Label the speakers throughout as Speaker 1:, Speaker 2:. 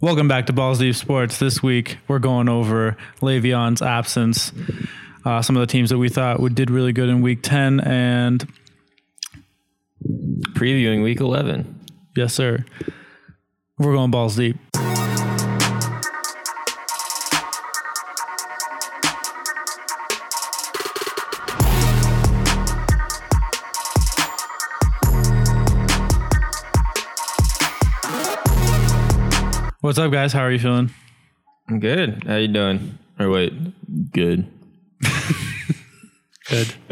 Speaker 1: Welcome back to Balls Deep Sports. This week we're going over Le'Veon's absence, uh, some of the teams that we thought would, did really good in Week Ten, and
Speaker 2: Previewing week 11.
Speaker 1: yes, sir, we're going balls deep. What's up, guys? How are you feeling?
Speaker 2: I'm good. How you doing? Or wait, good.
Speaker 1: Good.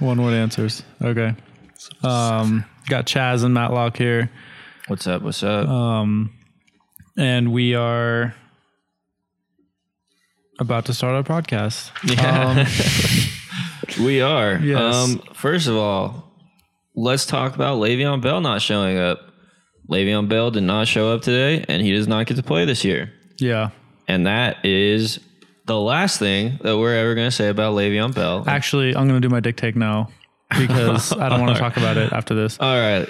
Speaker 1: One word answers. Okay. Um, got Chaz and Matlock here,
Speaker 2: What's up? What's up?
Speaker 1: Uh, and we are about to start our podcast.
Speaker 2: Yeah.
Speaker 1: Um,
Speaker 2: we are.
Speaker 1: yes.
Speaker 2: Um, first of all, let's talk about Le'Veon Bell not showing up. Le'Veon Bell did not show up today, and he does not get to play this year.
Speaker 1: yeah.
Speaker 2: And that is the last thing that we're ever going to say about Le'Veon Bell.
Speaker 1: Actually, I'm going to do my dick take now because I don't want to talk about it after this.
Speaker 2: all right.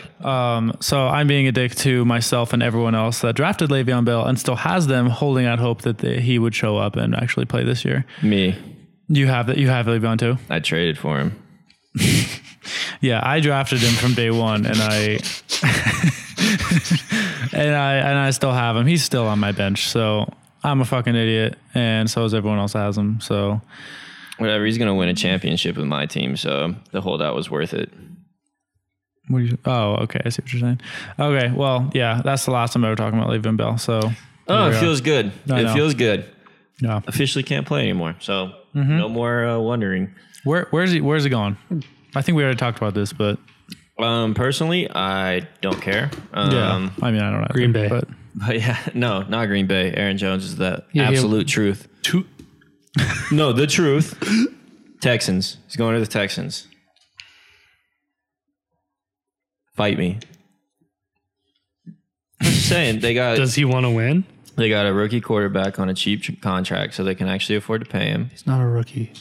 Speaker 1: So I'm being a dick to myself and everyone else that drafted Le'Veon Bell and still has them holding out hope that they, he would show up and actually play this year.
Speaker 2: Me.
Speaker 1: You have that. You have Le'Veon too.
Speaker 2: I traded for him.
Speaker 1: Yeah, I drafted him from day one, and I and I and I still have him. He's still on my bench, so I'm a fucking idiot, and so is everyone else that has him. So
Speaker 2: Whatever. He's going to win a championship with my team, so the holdout was worth it.
Speaker 1: what do you? Oh, okay, I see what you're saying. Okay, well, yeah, that's the last time I ever talking about Le'Veon Bell. So
Speaker 2: Oh,
Speaker 1: we
Speaker 2: it
Speaker 1: are.
Speaker 2: feels good.
Speaker 1: I
Speaker 2: it
Speaker 1: know.
Speaker 2: feels good.
Speaker 1: yeah.
Speaker 2: Officially can't play anymore, so
Speaker 3: Mm-hmm.
Speaker 2: no more uh, wondering.
Speaker 1: Where where's he where's he going? I think we already talked about this, but
Speaker 2: Um, personally, I don't care. Um,
Speaker 1: yeah, I mean I don't know.
Speaker 3: Green Bay.
Speaker 1: but
Speaker 2: But yeah, no, not Green Bay. Aaron Jones is the
Speaker 3: Yeah, he-
Speaker 2: absolute truth.
Speaker 3: Two.
Speaker 2: No, the truth. Texans. He's going to the Texans. Fight me. I'm just saying they got
Speaker 3: Does he want to win?
Speaker 2: they got a rookie quarterback on a cheap ch- contract, so they can actually afford to pay him.
Speaker 3: He's not a rookie.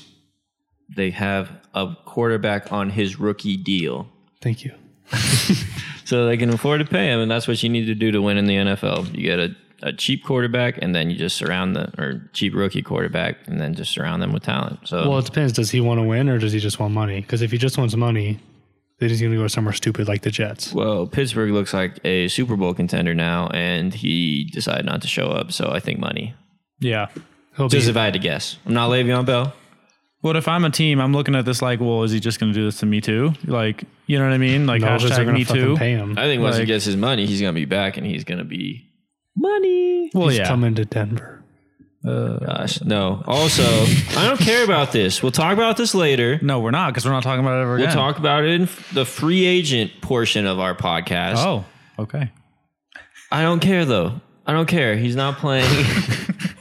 Speaker 2: They have a quarterback on his rookie deal,
Speaker 3: Thank you.
Speaker 2: so they can afford to pay him, and that's what you need to do to win in the NFL. You get a, a cheap quarterback, and then you just surround the or cheap rookie quarterback, and then just surround them with talent. So
Speaker 3: Well, it depends. Does he want to win or does he just want money? Because if he just wants money, then he's going to go somewhere stupid like the Jets.
Speaker 2: Well, Pittsburgh looks like a Super Bowl contender now, and he decided not to show up. So I think money.
Speaker 1: yeah.
Speaker 3: He'll
Speaker 2: Just
Speaker 3: be,
Speaker 2: if I had to guess, I'm not Le'Veon Bell.
Speaker 1: What if I'm a team? I'm looking at this like, well, is he just going to do this to me too? Like, you know what I mean? Like
Speaker 3: no, 'cause they're
Speaker 1: hashtag
Speaker 3: gonna
Speaker 1: me
Speaker 3: fucking
Speaker 1: too.
Speaker 3: Pay him.
Speaker 2: I think once he
Speaker 1: Like-
Speaker 2: gets his money, he's gonna be back, and he's gonna be money.
Speaker 1: Well,
Speaker 3: he's
Speaker 1: yeah,
Speaker 3: coming to Denver.
Speaker 2: Gosh, uh, no. Also, I don't care about this. We'll talk about this later.
Speaker 1: no, we're not because we're not talking about it ever
Speaker 2: We'll
Speaker 1: again.
Speaker 2: talk about it in f- the free agent portion of our podcast.
Speaker 1: Oh, okay.
Speaker 2: I don't care though. I don't care. He's not playing.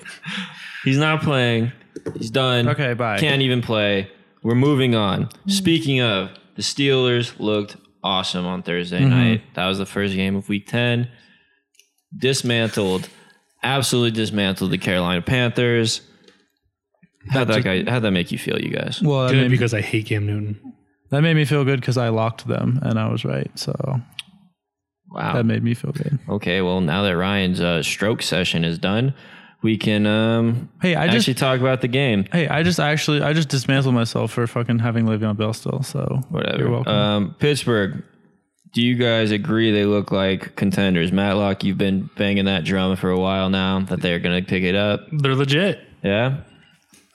Speaker 2: he's not playing. He's done.
Speaker 1: Okay, bye.
Speaker 2: Can't even play. We're moving on. Speaking of, the Steelers looked awesome on Thursday
Speaker 1: Mm-hmm.
Speaker 2: night. That was the first game of week 10. Dismantled, absolutely dismantled the Carolina Panthers. How'd that, guy, how'd that make you feel, you guys?
Speaker 1: Well, that
Speaker 3: Good
Speaker 1: made, me,
Speaker 3: because I hate Cam Newton.
Speaker 1: that made me feel good because I locked them and I was right. So
Speaker 2: Wow.
Speaker 1: that made me feel good.
Speaker 2: okay, well, now that Ryan's uh, stroke session is done, we can um,
Speaker 1: Hey, I just
Speaker 2: actually talk about the game.
Speaker 1: hey, I just actually I just dismantled myself for fucking having Le'Veon Bell still. So
Speaker 2: Whatever.
Speaker 1: You're welcome.
Speaker 2: Um, Pittsburgh. Do you guys agree they look like contenders? Matlock, you've been banging that drum for a while now that they're going to pick it up.
Speaker 3: They're legit.
Speaker 2: Yeah.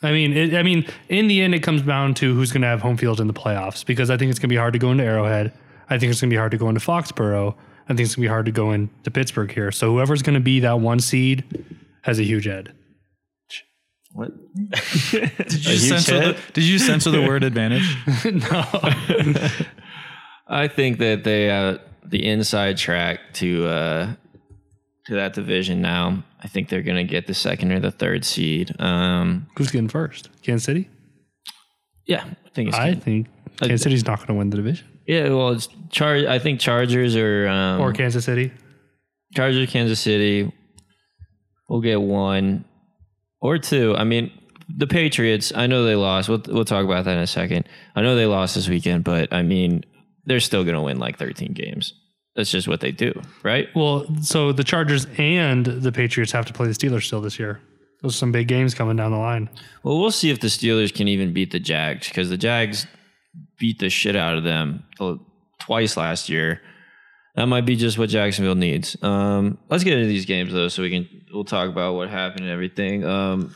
Speaker 3: I mean, it, I mean, in the end, it comes down to who's going to have home field in the playoffs because I think it's going to be hard to go into Arrowhead. I think it's going to be hard to go into Foxborough. I think it's going to be hard to go into Pittsburgh here. So whoever's going to be that one seed has a huge head.
Speaker 2: What?
Speaker 1: did you censor the, did you censor the word advantage?
Speaker 3: no.
Speaker 2: I think that they have the inside track to uh, to that division now. I think they're going to get the second or the third seed. Um,
Speaker 3: Who's getting first? Kansas City?
Speaker 2: yeah, I think it's
Speaker 3: I think Kansas City's not going to win the division.
Speaker 2: yeah. Well, it's Char- I think Chargers or um,
Speaker 3: Or Kansas City.
Speaker 2: Chargers, Kansas City. We'll get one or two. I mean, the Patriots. I know they lost. We'll we'll talk about that in a second. I know they lost this weekend, but I mean, they're still gonna win like 13 games. that's just what they do, right?
Speaker 3: Well, so the Chargers and the Patriots have to play the Steelers still this year. Those are some big games coming down the line.
Speaker 2: Well, we'll see if the Steelers can even beat the Jags because the Jags beat the shit out of them uh, twice last year. That might be just what Jacksonville needs. Um, let's get into these games though, so we can we'll talk about what happened and everything. Um,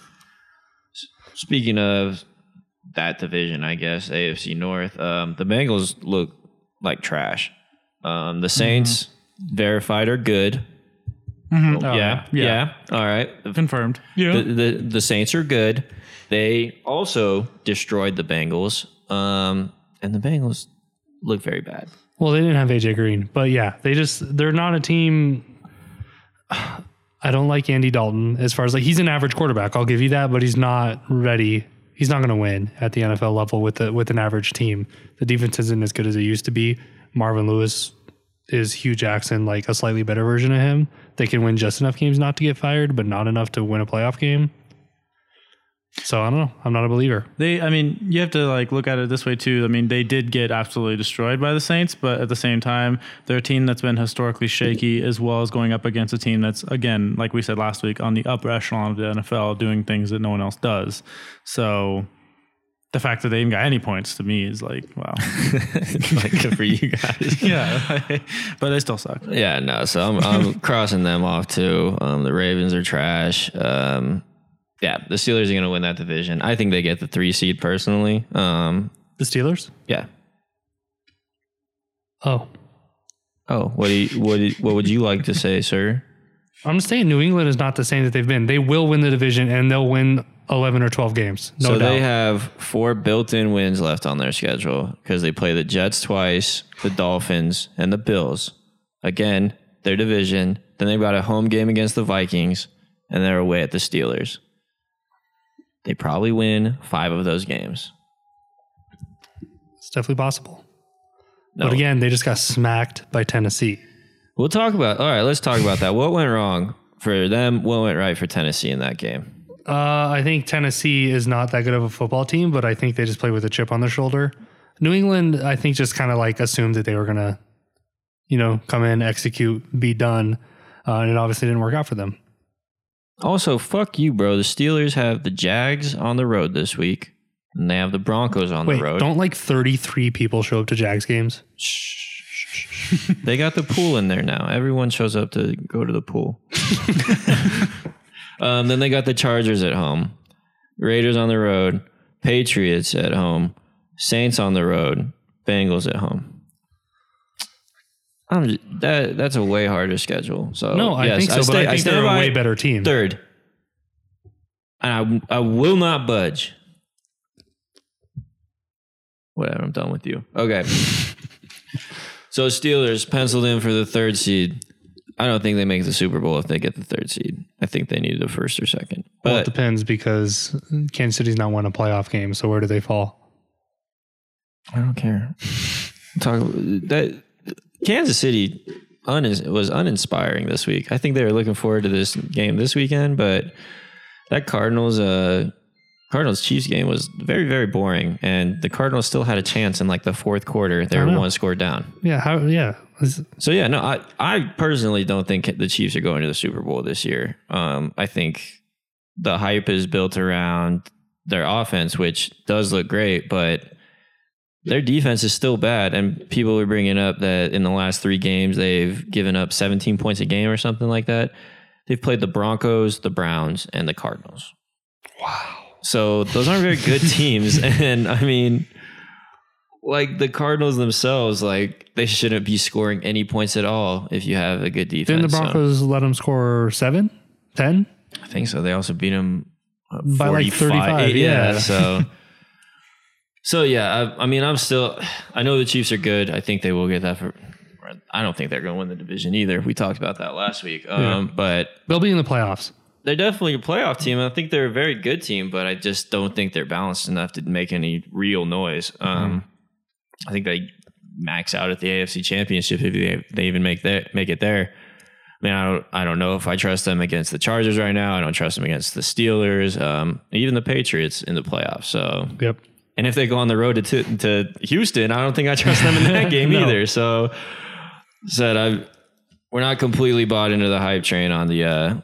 Speaker 2: s- speaking of that division, I guess AFC North. Um, the Bengals look like trash. Um, the Saints verified are good.
Speaker 3: Oh,
Speaker 2: yeah,
Speaker 1: yeah.
Speaker 2: yeah, yeah. All right. The
Speaker 1: Confirmed. Yeah.
Speaker 2: the, the the Saints are good. They also destroyed the Bengals, um, and the Bengals look very bad.
Speaker 3: Well, they didn't have AJ Green, but yeah, they just they're not a team. I don't like Andy Dalton as far as like he's an average quarterback. I'll give you that, but he's not ready. He's not going to win at the NFL level with the with an average team. The defense isn't as good as it used to be. Marvin Lewis is Hugh Jackson, like a slightly better version of him. They can win just enough games not to get fired, but not enough to win a playoff game. So I don't know. I'm not a believer.
Speaker 1: They, I mean, you have to like look at it this way too. I mean, they did get absolutely destroyed by the Saints, but at the same time, they're a team that's been historically shaky, as well as going up against a team that's again, like we said last week, on the upper echelon of the NFL, doing things that no one else does. So, the fact that they even got any points to me is like, wow,
Speaker 2: like good for you guys.
Speaker 1: yeah, but they still suck.
Speaker 2: Yeah, no. So I'm I'm crossing them off too. Um, the Ravens are trash. Um, yeah, the Steelers are going to win that division. I think they get the three seed personally. Um,
Speaker 3: The Steelers?
Speaker 2: yeah.
Speaker 3: Oh,
Speaker 2: Oh, what do you, what do you- what would you like to say, sir?
Speaker 3: I'm saying New England is not the same that they've been. They will win the division and they'll win 11 or 12 games. No
Speaker 2: so
Speaker 3: doubt.
Speaker 2: they have four built-in wins left on their schedule because they play the Jets twice, the Dolphins, and the Bills. Again, their division. Then they got a home game against the Vikings, and they're away at the Steelers. They probably win five of those games.
Speaker 3: it's definitely possible.
Speaker 2: No,
Speaker 3: But again, they just got smacked by Tennessee.
Speaker 2: we'll talk about. All right, let's talk about that. What went wrong for them? What went right for Tennessee in that game?
Speaker 3: Uh, I think Tennessee is not that good of a football team, but I think they just play with a chip on their shoulder. New England, I think, just kind of like assumed that they were going to, you know, come in, execute, be done. Uh, and it obviously didn't work out for them.
Speaker 2: Also, fuck you, bro. The Steelers have the Jags on the road this week, and they have the Broncos on
Speaker 3: Wait,
Speaker 2: the road.
Speaker 3: don't like 33 people show up to Jags games?
Speaker 2: They got the pool in there now. Everyone shows up to go to the pool. um, then they got the Chargers at home, Raiders on the road, Patriots at home, Saints on the road, Bengals at home. I'm just, that that's a way harder schedule. So
Speaker 3: No, I
Speaker 2: Oh, yes,
Speaker 3: think so, but I think
Speaker 2: stay
Speaker 3: they're a
Speaker 2: by
Speaker 3: way better team.
Speaker 2: Third, and I I will not budge. Whatever, I'm done with you. Okay. So Steelers penciled in for the third seed. I don't think they make the Super Bowl if they get the third seed. I think they need the first or second.
Speaker 3: well, it
Speaker 2: But
Speaker 3: depends because Kansas City's not won a playoff game. So where do they fall?
Speaker 2: I don't care. Talk that Kansas City un, was uninspiring this week. I think they were looking forward to this game this weekend, but that Cardinals uh Cardinals Chiefs game was very very boring, and the Cardinals still had a chance in like the fourth quarter. They
Speaker 3: I
Speaker 2: were
Speaker 3: know.
Speaker 2: one score down.
Speaker 3: Yeah, how? Yeah, It's-
Speaker 2: So yeah, no, I I personally don't think the Chiefs are going to the Super Bowl this year. Um, I think the hype is built around their offense, which does look great, but their defense is still bad. And people are bringing up that in the last three games they've given up 17 points a game or something like that. They've played the Broncos, the Browns, and the Cardinals. Wow. So those aren't very good teams, and I mean like the Cardinals themselves, like they shouldn't be scoring any points at all if you have a good defense.
Speaker 3: didn't the
Speaker 2: So,
Speaker 3: Broncos let them score seven, ten?
Speaker 2: I think so. They also beat them uh,
Speaker 3: By, like, 35, yeah.
Speaker 2: So, so yeah. I, I mean, I'm still. I know the Chiefs are good. I think they will get that for. I don't think they're going to win the division either. We talked about that last week. Um, But
Speaker 3: They'll be in the playoffs.
Speaker 2: they're definitely a playoff team. and I think they're a very good team, but I just don't think they're balanced enough to make any real noise. Um, I think they max out at the AFC Championship if they, they even make that make it there. I mean, I don't I don't know if I trust them against the Chargers right now. I don't trust them against the Steelers, um, even the Patriots in the playoffs. So,
Speaker 3: Yep.
Speaker 2: and if they go on the road to to Houston, I don't think I trust them in that game
Speaker 3: No.
Speaker 2: either. So. said I we're not completely bought into the hype train on the uh,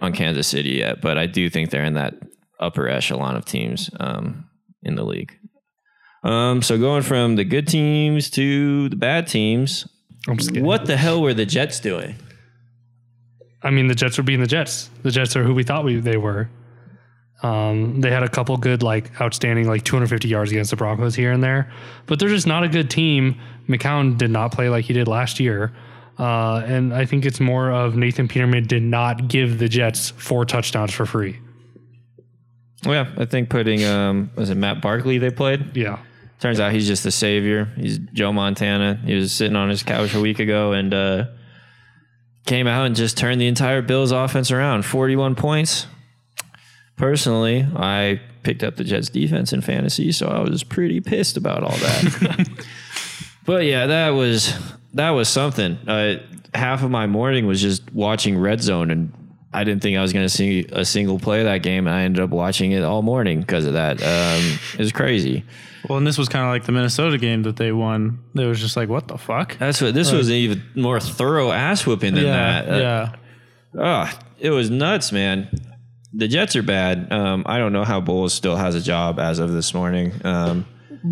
Speaker 2: on Kansas City yet, but I do think they're in that upper echelon of teams um, in the league. Um, so going from the good teams to the bad teams,
Speaker 3: I'm scared.
Speaker 2: what the hell were the Jets doing?
Speaker 3: I mean, the Jets were being the Jets. The Jets are who we thought we, they were. Um, they had a couple good, like outstanding, like 250 yards against the Broncos here and there, but they're just not a good team. McCown did not play like he did last year. Uh, and I think it's more of Nathan Peterman did not give the Jets four touchdowns for free.
Speaker 2: Well, yeah, I think putting um, was it Matt Barkley they played?
Speaker 3: Yeah.
Speaker 2: Turns out he's just the savior. He's Joe Montana. He was sitting on his couch a week ago and uh, came out and just turned the entire Bills offense around. 41 points. Personally, I picked up the Jets defense in fantasy, so I was pretty pissed about all that. but yeah, that was that was something. Uh, half of my morning was just watching Red Zone, and I didn't think I was going to see a single play that game. And I ended up watching it all morning because of that. Um, it was crazy.
Speaker 1: Well, and this was kind of like the Minnesota game that they won. It was just like, what the fuck?
Speaker 2: That's what this was an even more thorough ass whooping than
Speaker 1: yeah,
Speaker 2: that. Uh,
Speaker 1: yeah.
Speaker 2: ah, it was nuts, man. The Jets are bad. Um, I don't know how Bowles still has a job as of this morning. Um,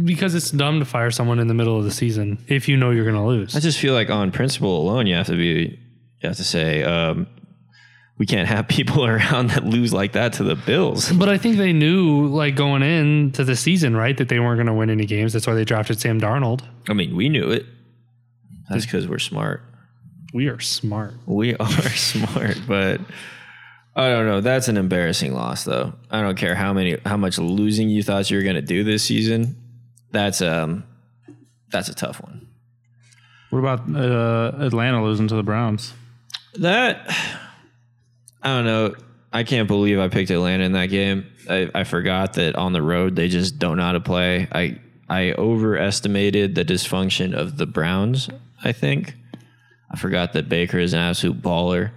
Speaker 3: Because it's dumb to fire someone in the middle of the season if you know you're going to lose.
Speaker 2: I just feel like on principle alone, you have to be, you have to say, um, we can't have people around that lose like that to the Bills.
Speaker 3: But I think they knew, like going into the season, right, that they weren't going to win any games. That's why they drafted Sam Darnold.
Speaker 2: I mean, we knew it. That's because we're smart.
Speaker 3: We are smart.
Speaker 2: We are smart, but I don't know. That's an embarrassing loss, though. I don't care how many, how much losing you thought you were going to do this season. That's um, that's a tough one.
Speaker 1: What about uh, Atlanta losing to the Browns?
Speaker 2: That I don't know. I can't believe I picked Atlanta in that game. I, I forgot that on the road they just don't know how to play. I I overestimated the dysfunction of the Browns. I think I forgot that Baker is an absolute baller,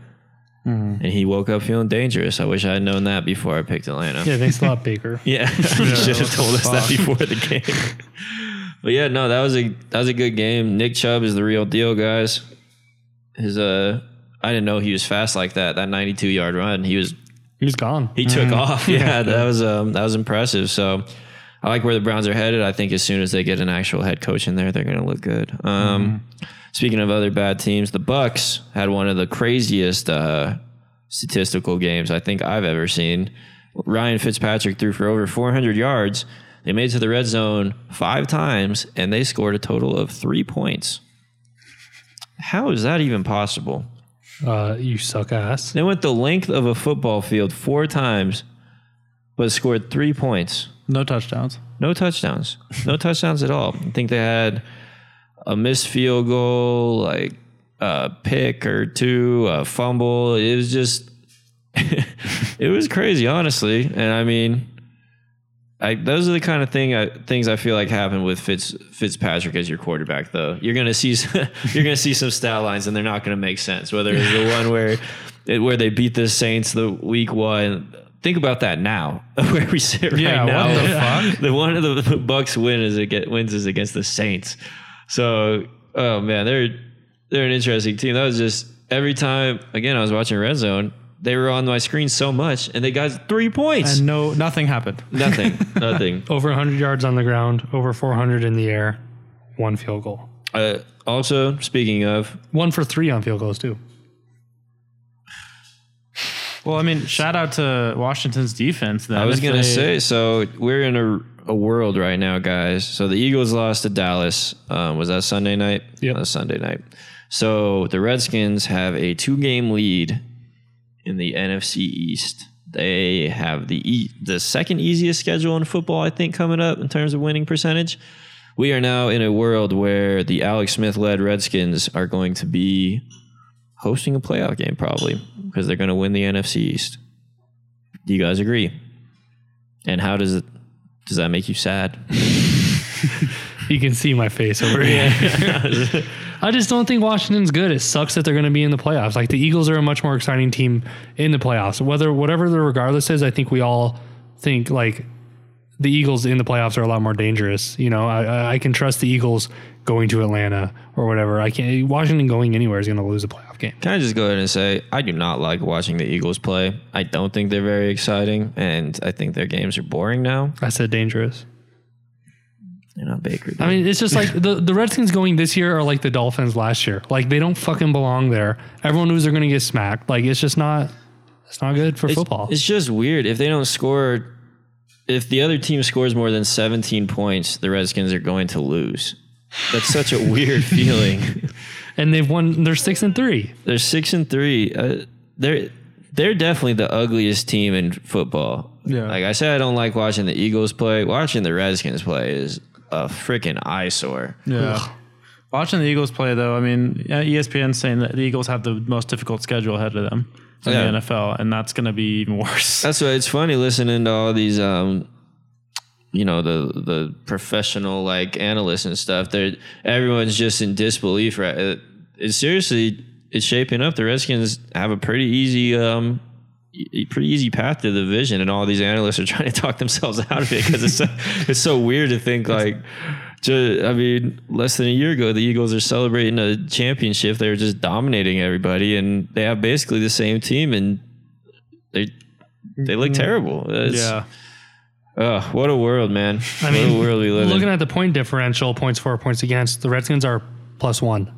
Speaker 2: and he woke up feeling dangerous. I wish I had known that before I picked Atlanta.
Speaker 3: Yeah, thanks a lot, Baker.
Speaker 2: Yeah, you should have told us that before the game. but yeah, no, that was a that was a good game. Nick Chubb is the real deal, guys. His uh, I didn't know he was fast like that. That 92 yard run, he was
Speaker 3: He was gone.
Speaker 2: he took off. Mm. Yeah, that was um that was impressive. So I like where the Browns are headed. I think as soon as they get an actual head coach in there, they're going to look good. Um, Speaking of other bad teams, the Bucks had one of the craziest uh, statistical games I think I've ever seen. Ryan Fitzpatrick threw for over 400 yards. They made it to the red zone five times, and they scored a total of three points. How is that even possible?
Speaker 3: Uh, you suck ass.
Speaker 2: They went the length of a football field four times, but scored three points.
Speaker 1: No touchdowns.
Speaker 2: No touchdowns. No touchdowns at all. I think they had a missed field goal, like a pick or two, a fumble. It was just, it was crazy, honestly. And I mean, I, those are the kind of thing I, things I feel like happen with Fitz Fitzpatrick as your quarterback. Though you're gonna see s- you're gonna see some stat lines and they're not gonna make sense. Whether it's the one where it, where they beat the Saints the week one. Think about that now, where we sit right
Speaker 1: Yeah, what
Speaker 2: now.
Speaker 1: the
Speaker 2: fuck? The one of the, the Bucks win is against, wins is against the Saints. So, oh man, they're they're an interesting team. That was just every time. Again, I was watching Red Zone. They were on my screen so much, and they got three points.
Speaker 1: And no, nothing happened.
Speaker 2: nothing, nothing.
Speaker 3: Over 100 yards on the ground, over 400 in the air, one field goal.
Speaker 2: Uh, also, speaking of,
Speaker 3: One for three on field goals, too.
Speaker 1: Well, I mean, shout out to Washington's defense. Then
Speaker 2: I was
Speaker 1: If
Speaker 2: gonna
Speaker 1: they-
Speaker 2: say, so we're in a, a world right now, guys. So the Eagles lost to Dallas. Um, was that Sunday night?
Speaker 3: Yep.
Speaker 2: That was Sunday night. So the Redskins have a two-game lead in the NFC East. They have the e- the second easiest schedule in football, I think, coming up in terms of winning percentage. We are now in a world where the Alex Smith-led Redskins are going to be hosting a playoff game, probably because they're going to win the NFC East. Do you guys agree? And how does it does that make you sad?
Speaker 3: You can see my face over here. I just don't think Washington's good. It sucks that they're going to be in the playoffs. Like the Eagles are a much more exciting team in the playoffs. Whether whatever the regardless is, I think we all think like the Eagles in the playoffs are a lot more dangerous. You know, I- I, I can trust the Eagles going to Atlanta or whatever. I can't. Washington going anywhere is going to lose a playoff game.
Speaker 2: Can I just go ahead and say I do not like watching the Eagles play. I don't think they're very exciting, and I think their games are boring now.
Speaker 3: I said dangerous.
Speaker 2: They're not Baker.
Speaker 3: I mean, it's just like the, the Redskins going this year are like the Dolphins last year. Like they don't fucking belong there. Everyone knows they're going to get smacked. Like it's just not. It's not good for
Speaker 2: it's,
Speaker 3: football.
Speaker 2: It's just weird if they don't score. If the other team scores more than 17 points, the Redskins are going to lose. That's such a weird feeling.
Speaker 3: and they've won. They're six and three.
Speaker 2: They're six and three. Uh, they're they're definitely the ugliest team in football.
Speaker 1: Yeah.
Speaker 2: Like I said, I don't like watching the Eagles play. Watching the Redskins play is a freaking eyesore.
Speaker 1: Yeah. Watching the Eagles play, though, I mean, E ESPN saying that the Eagles have the most difficult schedule ahead of them in
Speaker 2: Yeah.
Speaker 1: the NFL, and that's going to be even worse.
Speaker 2: That's why it's funny listening to all these, um, you know, the the professional like analysts and stuff. They're everyone's just in disbelief. Right? Uh, It, it's seriously, it's shaping up. The Redskins have a pretty easy, um, e- pretty easy path to the division, and all these analysts are trying to talk themselves out of it because it's so, it's so weird to think like. ju- I mean, less than a year ago, the Eagles are celebrating a championship. They were just dominating everybody, and they have basically the same team, and they they look
Speaker 3: Mm-hmm.
Speaker 2: terrible. It's-
Speaker 1: yeah.
Speaker 2: Ugh, what a world, man.
Speaker 3: I
Speaker 2: what
Speaker 3: mean,
Speaker 2: a world we live in.
Speaker 3: Looking at the point differential, points for, points against, the Redskins are plus one.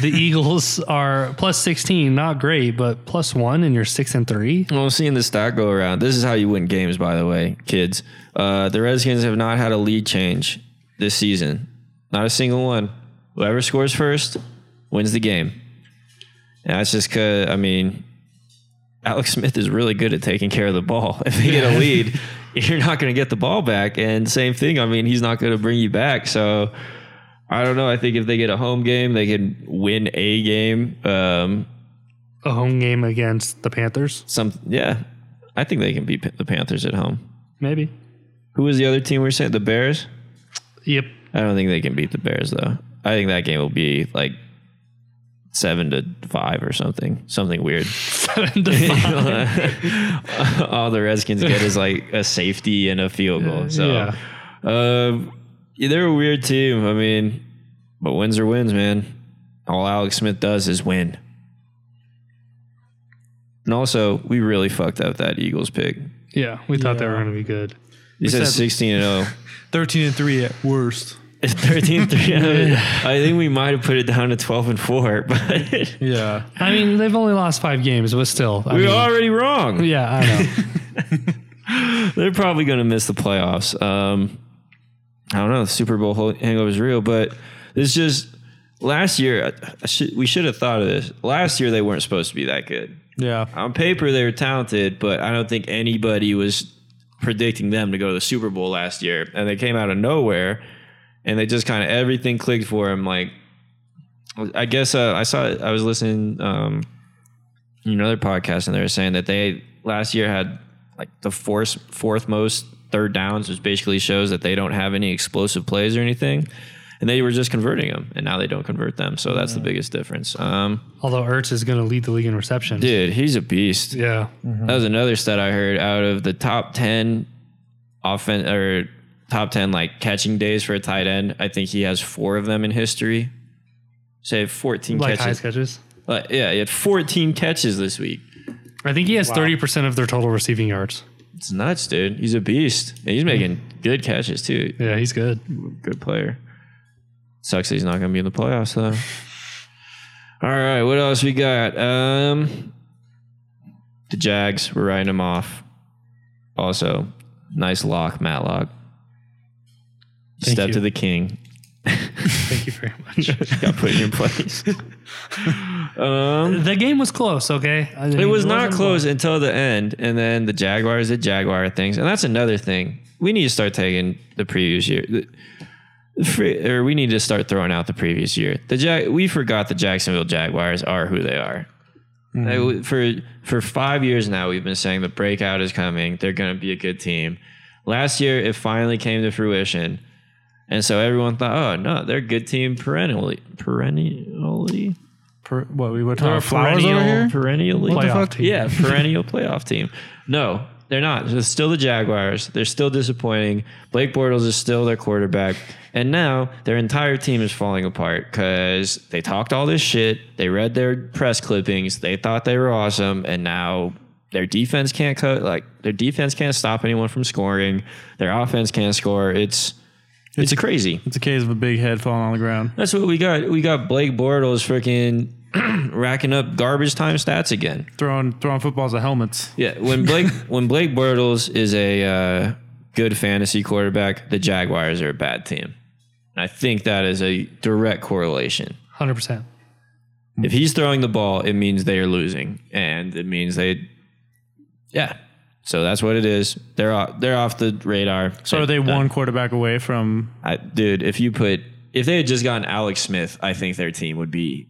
Speaker 3: the Eagles are plus 16, not great, but plus one, and you're six and three.
Speaker 2: Well, I'm seeing the stock go around. This is how you win games, by the way, kids. Uh, the Redskins have not had a lead change this season. Not a single one. Whoever scores first wins the game. And that's just because, I mean, Alex Smith is really good at taking care of the ball. If they get a lead, you're not going to get the ball back. And same thing, I mean, he's not going to bring you back. So I don't know. I think if they get a home game, they can win a game. Um,
Speaker 3: A home game against the Panthers,
Speaker 2: some yeah, I think they can beat the Panthers at home.
Speaker 3: maybe.
Speaker 2: Who was the other team we were saying? The Bears.
Speaker 3: Yep.
Speaker 2: I don't think they can beat the Bears though. I think that game will be like seven to five or something, something weird.
Speaker 3: Seven to five.
Speaker 2: All the Redskins get is like a safety and a field goal. So
Speaker 3: Yeah.
Speaker 2: um, yeah, they're a weird team. I mean, but wins are wins, man. All Alex Smith does is win. And also, we really fucked up that Eagles pick.
Speaker 3: Yeah, we thought they were
Speaker 1: Yeah.
Speaker 3: going to be good.
Speaker 2: He said
Speaker 1: said-
Speaker 2: 16 and oh. 0.
Speaker 1: 13 and 3 at worst.
Speaker 2: It's 13 3. I think we might have put it down to 12 and 4, but
Speaker 1: Yeah.
Speaker 3: I mean, they've only lost five games, but still. I
Speaker 2: we
Speaker 3: mean,
Speaker 2: were already wrong.
Speaker 3: Yeah, I know.
Speaker 2: They're probably going to miss the playoffs. Um, I don't know. The Super Bowl ho- hangover is real, but it's just last year. I- I should, we should have thought of this. Last year, they weren't supposed to be that good.
Speaker 1: Yeah.
Speaker 2: On paper, they were talented, but I don't think anybody was predicting them to go to the Super Bowl last year. And they came out of nowhere, and they just kind of everything clicked for them. Like, I guess uh, I saw I was listening um, in another podcast, and they were saying that they last year had like the fourth fourth most third downs, which basically shows that they don't have any explosive plays or anything. And they were just converting them, and now they don't convert them. So that's the biggest difference. Um,
Speaker 3: Although Ertz is going to lead the league in reception.
Speaker 2: dude, he's a beast.
Speaker 3: Yeah.
Speaker 2: That was another stat I heard out of the top 10 offense or top 10 like catching days for a tight end. I think he has four of them in history. Say 14
Speaker 3: Like high
Speaker 2: catches.
Speaker 3: catches.
Speaker 2: Like, yeah, he had 14 catches this week.
Speaker 3: I think he has 30% of their total receiving yards.
Speaker 2: It's nuts, dude. He's a beast. And he's making good catches too.
Speaker 3: Yeah, he's good.
Speaker 2: Good player. Sucks that he's not going to be in the playoffs though. All right, what else we got? Um, the Jags, we're writing them off. Also, nice lock, Matlock.
Speaker 3: Thank
Speaker 2: Step
Speaker 3: you.
Speaker 2: to the king.
Speaker 3: Thank you very much.
Speaker 2: Got put in your place. um,
Speaker 3: The game was close, okay? I mean,
Speaker 2: it was
Speaker 3: wasn't
Speaker 2: not close
Speaker 3: blown.
Speaker 2: until the end, and then the Jaguars did Jaguar things, and that's another thing. We need to start taking the previous year, the- the free- or we need to start throwing out the previous year. The Jag, we forgot the Jacksonville Jaguars are who they are. They- for for five years now, we've been saying the breakout is coming. They're going to be a good team. Last year, it finally came to fruition, and so everyone thought, "Oh no, they're a good team perennially, perennially."
Speaker 1: Per, what we were talking
Speaker 3: They're a
Speaker 1: about flowers over
Speaker 3: perennial-
Speaker 1: here?
Speaker 2: perennially
Speaker 3: Playoff
Speaker 2: What the fuck?
Speaker 3: team.
Speaker 2: Yeah, perennial playoff team. No, They're not. They're still the Jaguars. They're still disappointing. Blake Bortles is still their quarterback. And now their entire team is falling apart because they talked all this shit. They read their press clippings. They thought they were awesome. And now their defense can't cut. Like their defense can't stop anyone from scoring. Their offense can't score. It's it's,
Speaker 1: a-
Speaker 2: crazy.
Speaker 1: It's a case of a big head falling on the ground.
Speaker 2: That's what we got. We got Blake Bortles freaking racking up garbage time stats again.
Speaker 1: Throwing throwing footballs at helmets.
Speaker 2: Yeah, when Blake when Blake Bortles is a uh, good fantasy quarterback, the Jaguars are a bad team. And I think that is a direct correlation.
Speaker 3: Hundred percent.
Speaker 1: Hmm.
Speaker 2: If he's throwing the ball, it means they are losing, and it means they, yeah. So that's what it is. They're off, they're off the radar.
Speaker 1: So are they one quarterback away from
Speaker 2: I, dude, if you put if they had just gotten Alex Smith, I think their team would be.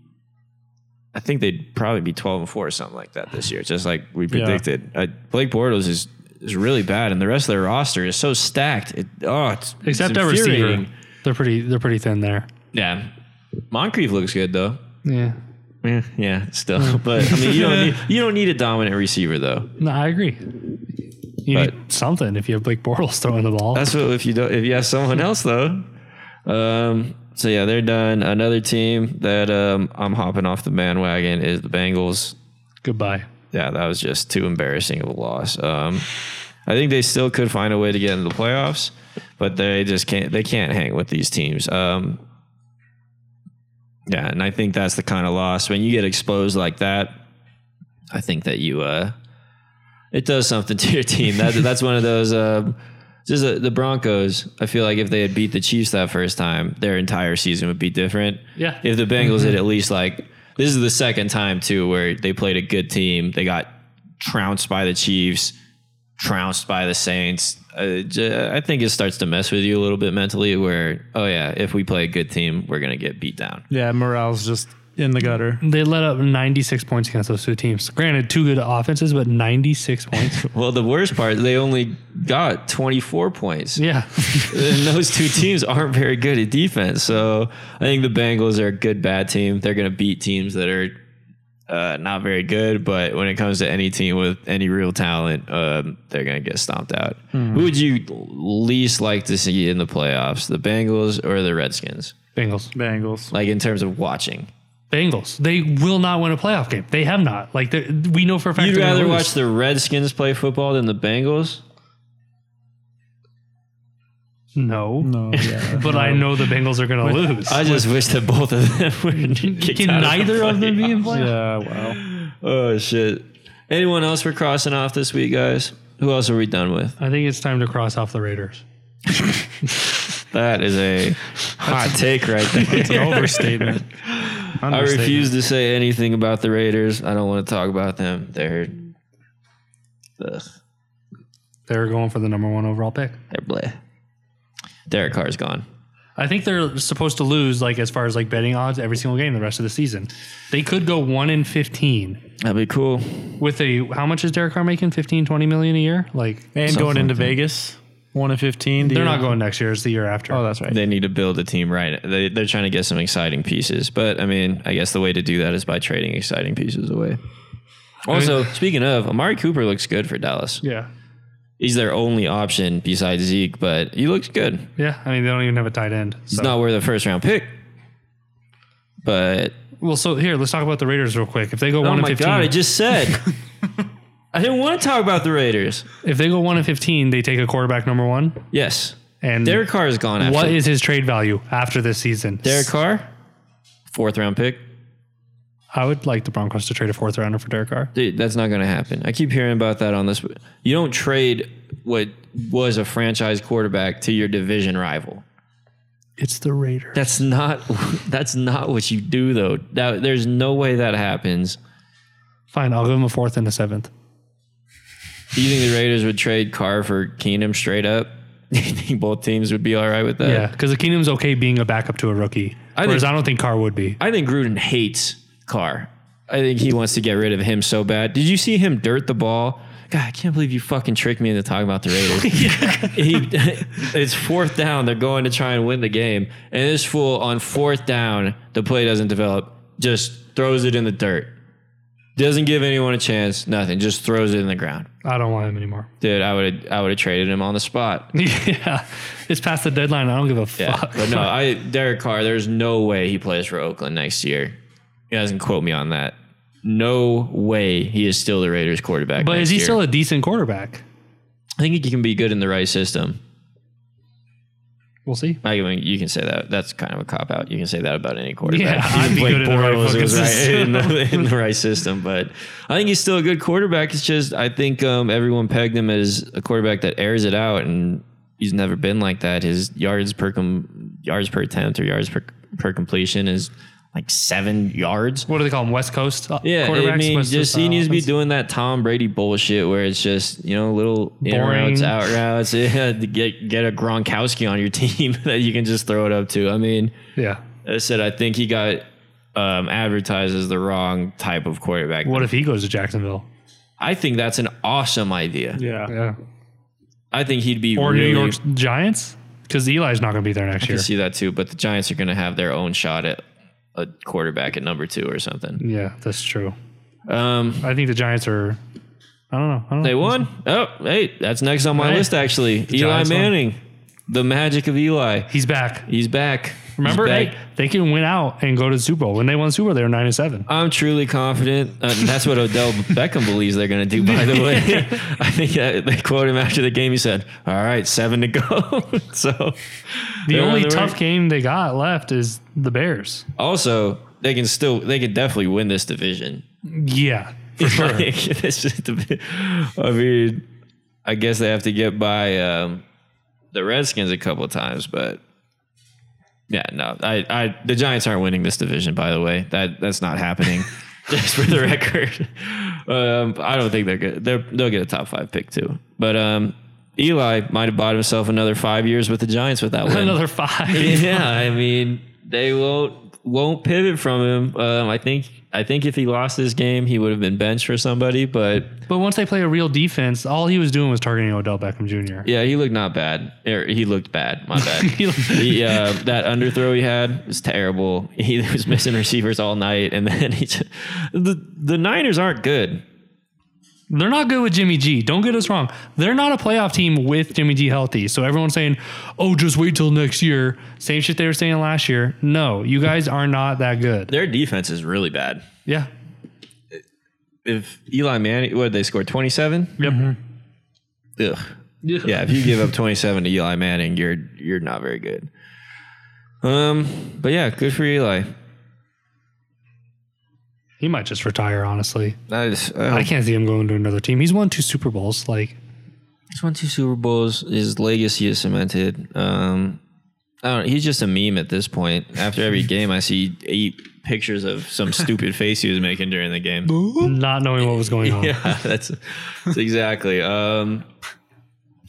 Speaker 2: I think they'd probably be twelve and four or something like that this year, just like we predicted. Uh, Blake Bortles is is really bad, and the rest of their roster is so stacked. It, oh, it's
Speaker 3: Except
Speaker 2: it's
Speaker 3: at receiver,
Speaker 2: infuriating.
Speaker 3: they're pretty. They're pretty thin there.
Speaker 2: Yeah, Moncrief looks good though.
Speaker 3: Yeah.
Speaker 2: Yeah, yeah, still. But I mean, you don't need, you don't need a dominant receiver though.
Speaker 3: No, I agree. You
Speaker 2: But-
Speaker 3: need something if you have Blake Bortles throwing the ball.
Speaker 2: That's what if you don't if you have someone else though. Um, so yeah, they're done. Another team that um, I'm hopping off the bandwagon is the Bengals.
Speaker 3: Goodbye.
Speaker 2: Yeah, that was just too embarrassing of a loss. Um, I think they still could find a way to get into the playoffs, but they just can't. They can't hang with these teams. Um, yeah, and I think that's the kind of loss when you get exposed like that. I think that you uh, it does something to your team. That that's one of those. Um, just uh, the Broncos. I feel like if they had beat the Chiefs that first time, their entire season would be different.
Speaker 3: Yeah.
Speaker 2: If the Bengals had at least like this is the second time too where they played a good team, they got trounced by the Chiefs, trounced by the Saints. Uh, j- I think it starts to mess with you a little bit mentally. Where oh yeah, if we play a good team, we're gonna get beat down.
Speaker 1: Yeah, morale's just in the gutter.
Speaker 3: They let up 96 points against those two teams. Granted, two good offenses, but 96 points.
Speaker 2: Well, the worst part, they only got 24 points.
Speaker 3: yeah.
Speaker 2: and those two teams aren't very good at defense. So I think the Bengals are a good bad team. They're going to beat teams that are uh, not very good. But when it comes to any team with any real talent, um, they're going to get stomped out.
Speaker 3: Hmm.
Speaker 2: Who would you least like to see in the playoffs, the Bengals or the Redskins?
Speaker 3: Bengals.
Speaker 1: Bengals.
Speaker 2: Like in terms of watching,
Speaker 3: Bengals. They will not win a playoff game. They have not. Like they're- we know for a fact.
Speaker 2: you'd
Speaker 3: they're gonna
Speaker 2: rather
Speaker 3: lose.
Speaker 2: watch the Redskins play football than the Bengals.
Speaker 3: No.
Speaker 1: No, yeah.
Speaker 3: But I know the Bengals are going to lose.
Speaker 2: I just wish that both of them were kicked
Speaker 3: Can
Speaker 2: out
Speaker 3: neither of them be in
Speaker 2: playoffs.
Speaker 3: play?
Speaker 1: yeah, wow.
Speaker 2: Oh shit! Anyone else we're crossing off this week, guys? Who else are we done with?
Speaker 3: I think it's time to cross off the Raiders.
Speaker 2: That is a hot take right there.
Speaker 1: It's an overstatement.
Speaker 2: I
Speaker 1: Understatement.
Speaker 2: refuse to say anything about the Raiders. I don't want to talk about them. They're ugh,
Speaker 3: They're going for the number one overall pick.
Speaker 2: they're bleh. Derek Carr's gone.
Speaker 3: I think they're supposed to lose, like as far as like betting odds, every single game the rest of the season. They could go one in fifteen
Speaker 2: That'd be cool.
Speaker 3: with a how much is Derek Carr making? 15, 20 million a year? Like
Speaker 1: And
Speaker 2: Something
Speaker 1: going into
Speaker 2: like that.
Speaker 1: Vegas, one and fifteen. do
Speaker 3: they're
Speaker 1: you-
Speaker 3: not going next year. It's the year after.
Speaker 1: Oh, that's right.
Speaker 2: They need to build a team right. They, they're trying to get some exciting pieces, but I mean, I guess the way to do that is by trading exciting pieces away. Also, speaking of, Amari Cooper looks good for Dallas.
Speaker 3: yeah,
Speaker 2: He's their only option besides Zeke, but he looks good.
Speaker 3: yeah. I mean, they don't even have a tight end.
Speaker 2: It's
Speaker 3: So.
Speaker 2: not worth a first round pick, but
Speaker 3: well, so here let's talk about the Raiders real quick. If they go one
Speaker 2: Oh
Speaker 3: in
Speaker 2: my
Speaker 3: fifteen,
Speaker 2: god! I just said. I didn't want to talk about the Raiders.
Speaker 3: if they go one in fifteen, they take a quarterback number one.
Speaker 2: Yes,
Speaker 3: And
Speaker 2: Derek Carr is gone. After
Speaker 3: what is his trade value after this season?
Speaker 2: Derek Carr? Fourth round pick,
Speaker 3: I would like the Broncos to trade a fourth rounder for Derek Carr.
Speaker 2: dude. That's not going to happen. I keep hearing about that on this. You don't trade what was a franchise quarterback to your division rival.
Speaker 3: It's the Raiders.
Speaker 2: That's not. That's not what you do, though. That, there's no way that happens.
Speaker 3: Fine, I'll give him a fourth and a seventh.
Speaker 2: Do you think the Raiders would trade Carr for Keenum straight up? Do you think both teams would be all right with that?
Speaker 3: Yeah, because the Kingdom's okay being a backup to a rookie.
Speaker 2: I
Speaker 3: whereas
Speaker 2: think-
Speaker 3: I don't think Carr would be.
Speaker 2: I think Gruden hates Carr. I think he wants to get rid of him so bad. Did you see him dirt the ball? God, I can't believe you fucking tricked me into talking about the Raiders. he, it's fourth down. They're going to try and win the game. And this fool on fourth down, the play doesn't develop, just throws it in the dirt. Doesn't give anyone a chance. Nothing. Just throws it in the ground.
Speaker 3: I don't want him anymore.
Speaker 2: Dude, I would I would have traded him on the spot.
Speaker 3: yeah, it's past the deadline. I don't give a
Speaker 2: Yeah,
Speaker 3: fuck.
Speaker 2: but no, I Derek Carr. There's no way he plays for Oakland next year. He doesn't quote me on that. No way he is still the Raiders quarterback.
Speaker 3: but is
Speaker 2: next
Speaker 3: he
Speaker 2: year.
Speaker 3: still a decent quarterback?
Speaker 2: I think he can be good in the right system.
Speaker 3: We'll see.
Speaker 2: I mean, you can say that. That's kind of a cop out. You can say that about any quarterback.
Speaker 3: Yeah, I'd be
Speaker 2: Blake
Speaker 3: good in the right
Speaker 2: Bortles
Speaker 3: fucking
Speaker 2: was
Speaker 3: system.
Speaker 2: in, the, in the right system, but I think he's still a good quarterback. It's just I think um, everyone pegged him as a quarterback that airs it out, and he's never been like that. His yards per com- yards per attempt or yards per per completion is like seven yards.
Speaker 3: What do they call him? West Coast uh,
Speaker 2: Yeah, I
Speaker 3: quarterbacks?
Speaker 2: mean,
Speaker 3: West
Speaker 2: just
Speaker 3: Coast,
Speaker 2: he
Speaker 3: uh,
Speaker 2: needs to be
Speaker 3: offense?
Speaker 2: doing that Tom Brady bullshit where it's just you know little in
Speaker 3: Boring.
Speaker 2: routes, out routes. Yeah, to get get a Gronkowski on your team that you can just throw it up to. I mean,
Speaker 3: Yeah.
Speaker 2: as I said I think he got um, advertised as the wrong type of quarterback.
Speaker 3: What if he goes to Jacksonville?
Speaker 2: I think that's an awesome idea.
Speaker 1: Yeah.
Speaker 3: Yeah.
Speaker 2: I think he'd be
Speaker 3: Or
Speaker 2: really-
Speaker 3: New York Giants? Because Eli's not going to be there next
Speaker 2: I
Speaker 3: year.
Speaker 2: see that too, but the Giants are going to have their own shot at a quarterback at number two or something.
Speaker 3: Yeah, that's true.
Speaker 2: Um,
Speaker 3: I think the Giants are. I don't know. I don't
Speaker 2: They
Speaker 3: know.
Speaker 2: won. Oh, hey, that's next on my
Speaker 3: Right.
Speaker 2: list. Actually, Eli
Speaker 3: Giants won.
Speaker 2: Manning, the magic of Eli.
Speaker 3: He's back.
Speaker 2: He's back. He's
Speaker 3: Remember,
Speaker 2: back.
Speaker 3: hey, they can win out and go to the Super Bowl. When they won the Super Bowl, they were nine and seven.
Speaker 2: I'm truly confident. Uh, that's what Odell Beckham believes they're going to do. By the way, I think that they quote him after the game. He said, "All right, seven to go." so
Speaker 3: The
Speaker 2: they're on
Speaker 3: only
Speaker 2: the
Speaker 3: tough
Speaker 2: right-
Speaker 3: game they got left is the Bears.
Speaker 2: Also, they can still. They can definitely win this division.
Speaker 3: Yeah, for sure.
Speaker 2: Like, it's just a bit- I mean, I guess they have to get by um, the Redskins a couple of times, but yeah, no, I, I, the Giants aren't winning this division. By the way, that that's not happening. just for the record, um, I don't think they're good. They're, they'll get a top five pick too, but um, Eli might have bought himself another five years with the Giants with that win.
Speaker 3: Another five.
Speaker 2: yeah, I mean, they won't won't pivot from him. Um, I think I think if he lost this game, he would have been benched for somebody. But
Speaker 3: But once they play a real defense, all he was doing was targeting Odell Beckham Jr.
Speaker 2: yeah, he looked not bad. Er, he looked bad. My bad. he, uh, that underthrow he had was terrible. He was missing receivers all night, and then he just, the the Niners aren't good.
Speaker 3: They're not good with Jimmy G. Don't get us wrong. They're not a playoff team with Jimmy G healthy. So everyone's saying, oh, just wait till next year. Same shit they were saying last year. No, you guys are not that good.
Speaker 2: Their defense is really bad.
Speaker 3: Yeah.
Speaker 2: If Eli Manning, what did they score? Twenty seven.
Speaker 3: Yep.
Speaker 2: Ugh. Yeah, if you give up 27 to Eli Manning, you're you're not very good. Um, but yeah, good for Eli.
Speaker 3: He might just retire, honestly.
Speaker 2: I just,
Speaker 3: I can't see him going to another team. He's won two Super Bowls. Like,
Speaker 2: he's won two Super Bowls. His legacy is cemented. Um, I don't. He's just a meme at this point. After every game, I see eight pictures of some stupid face he was making during the game.
Speaker 3: not knowing what was going on.
Speaker 2: Yeah, that's, that's exactly. Um,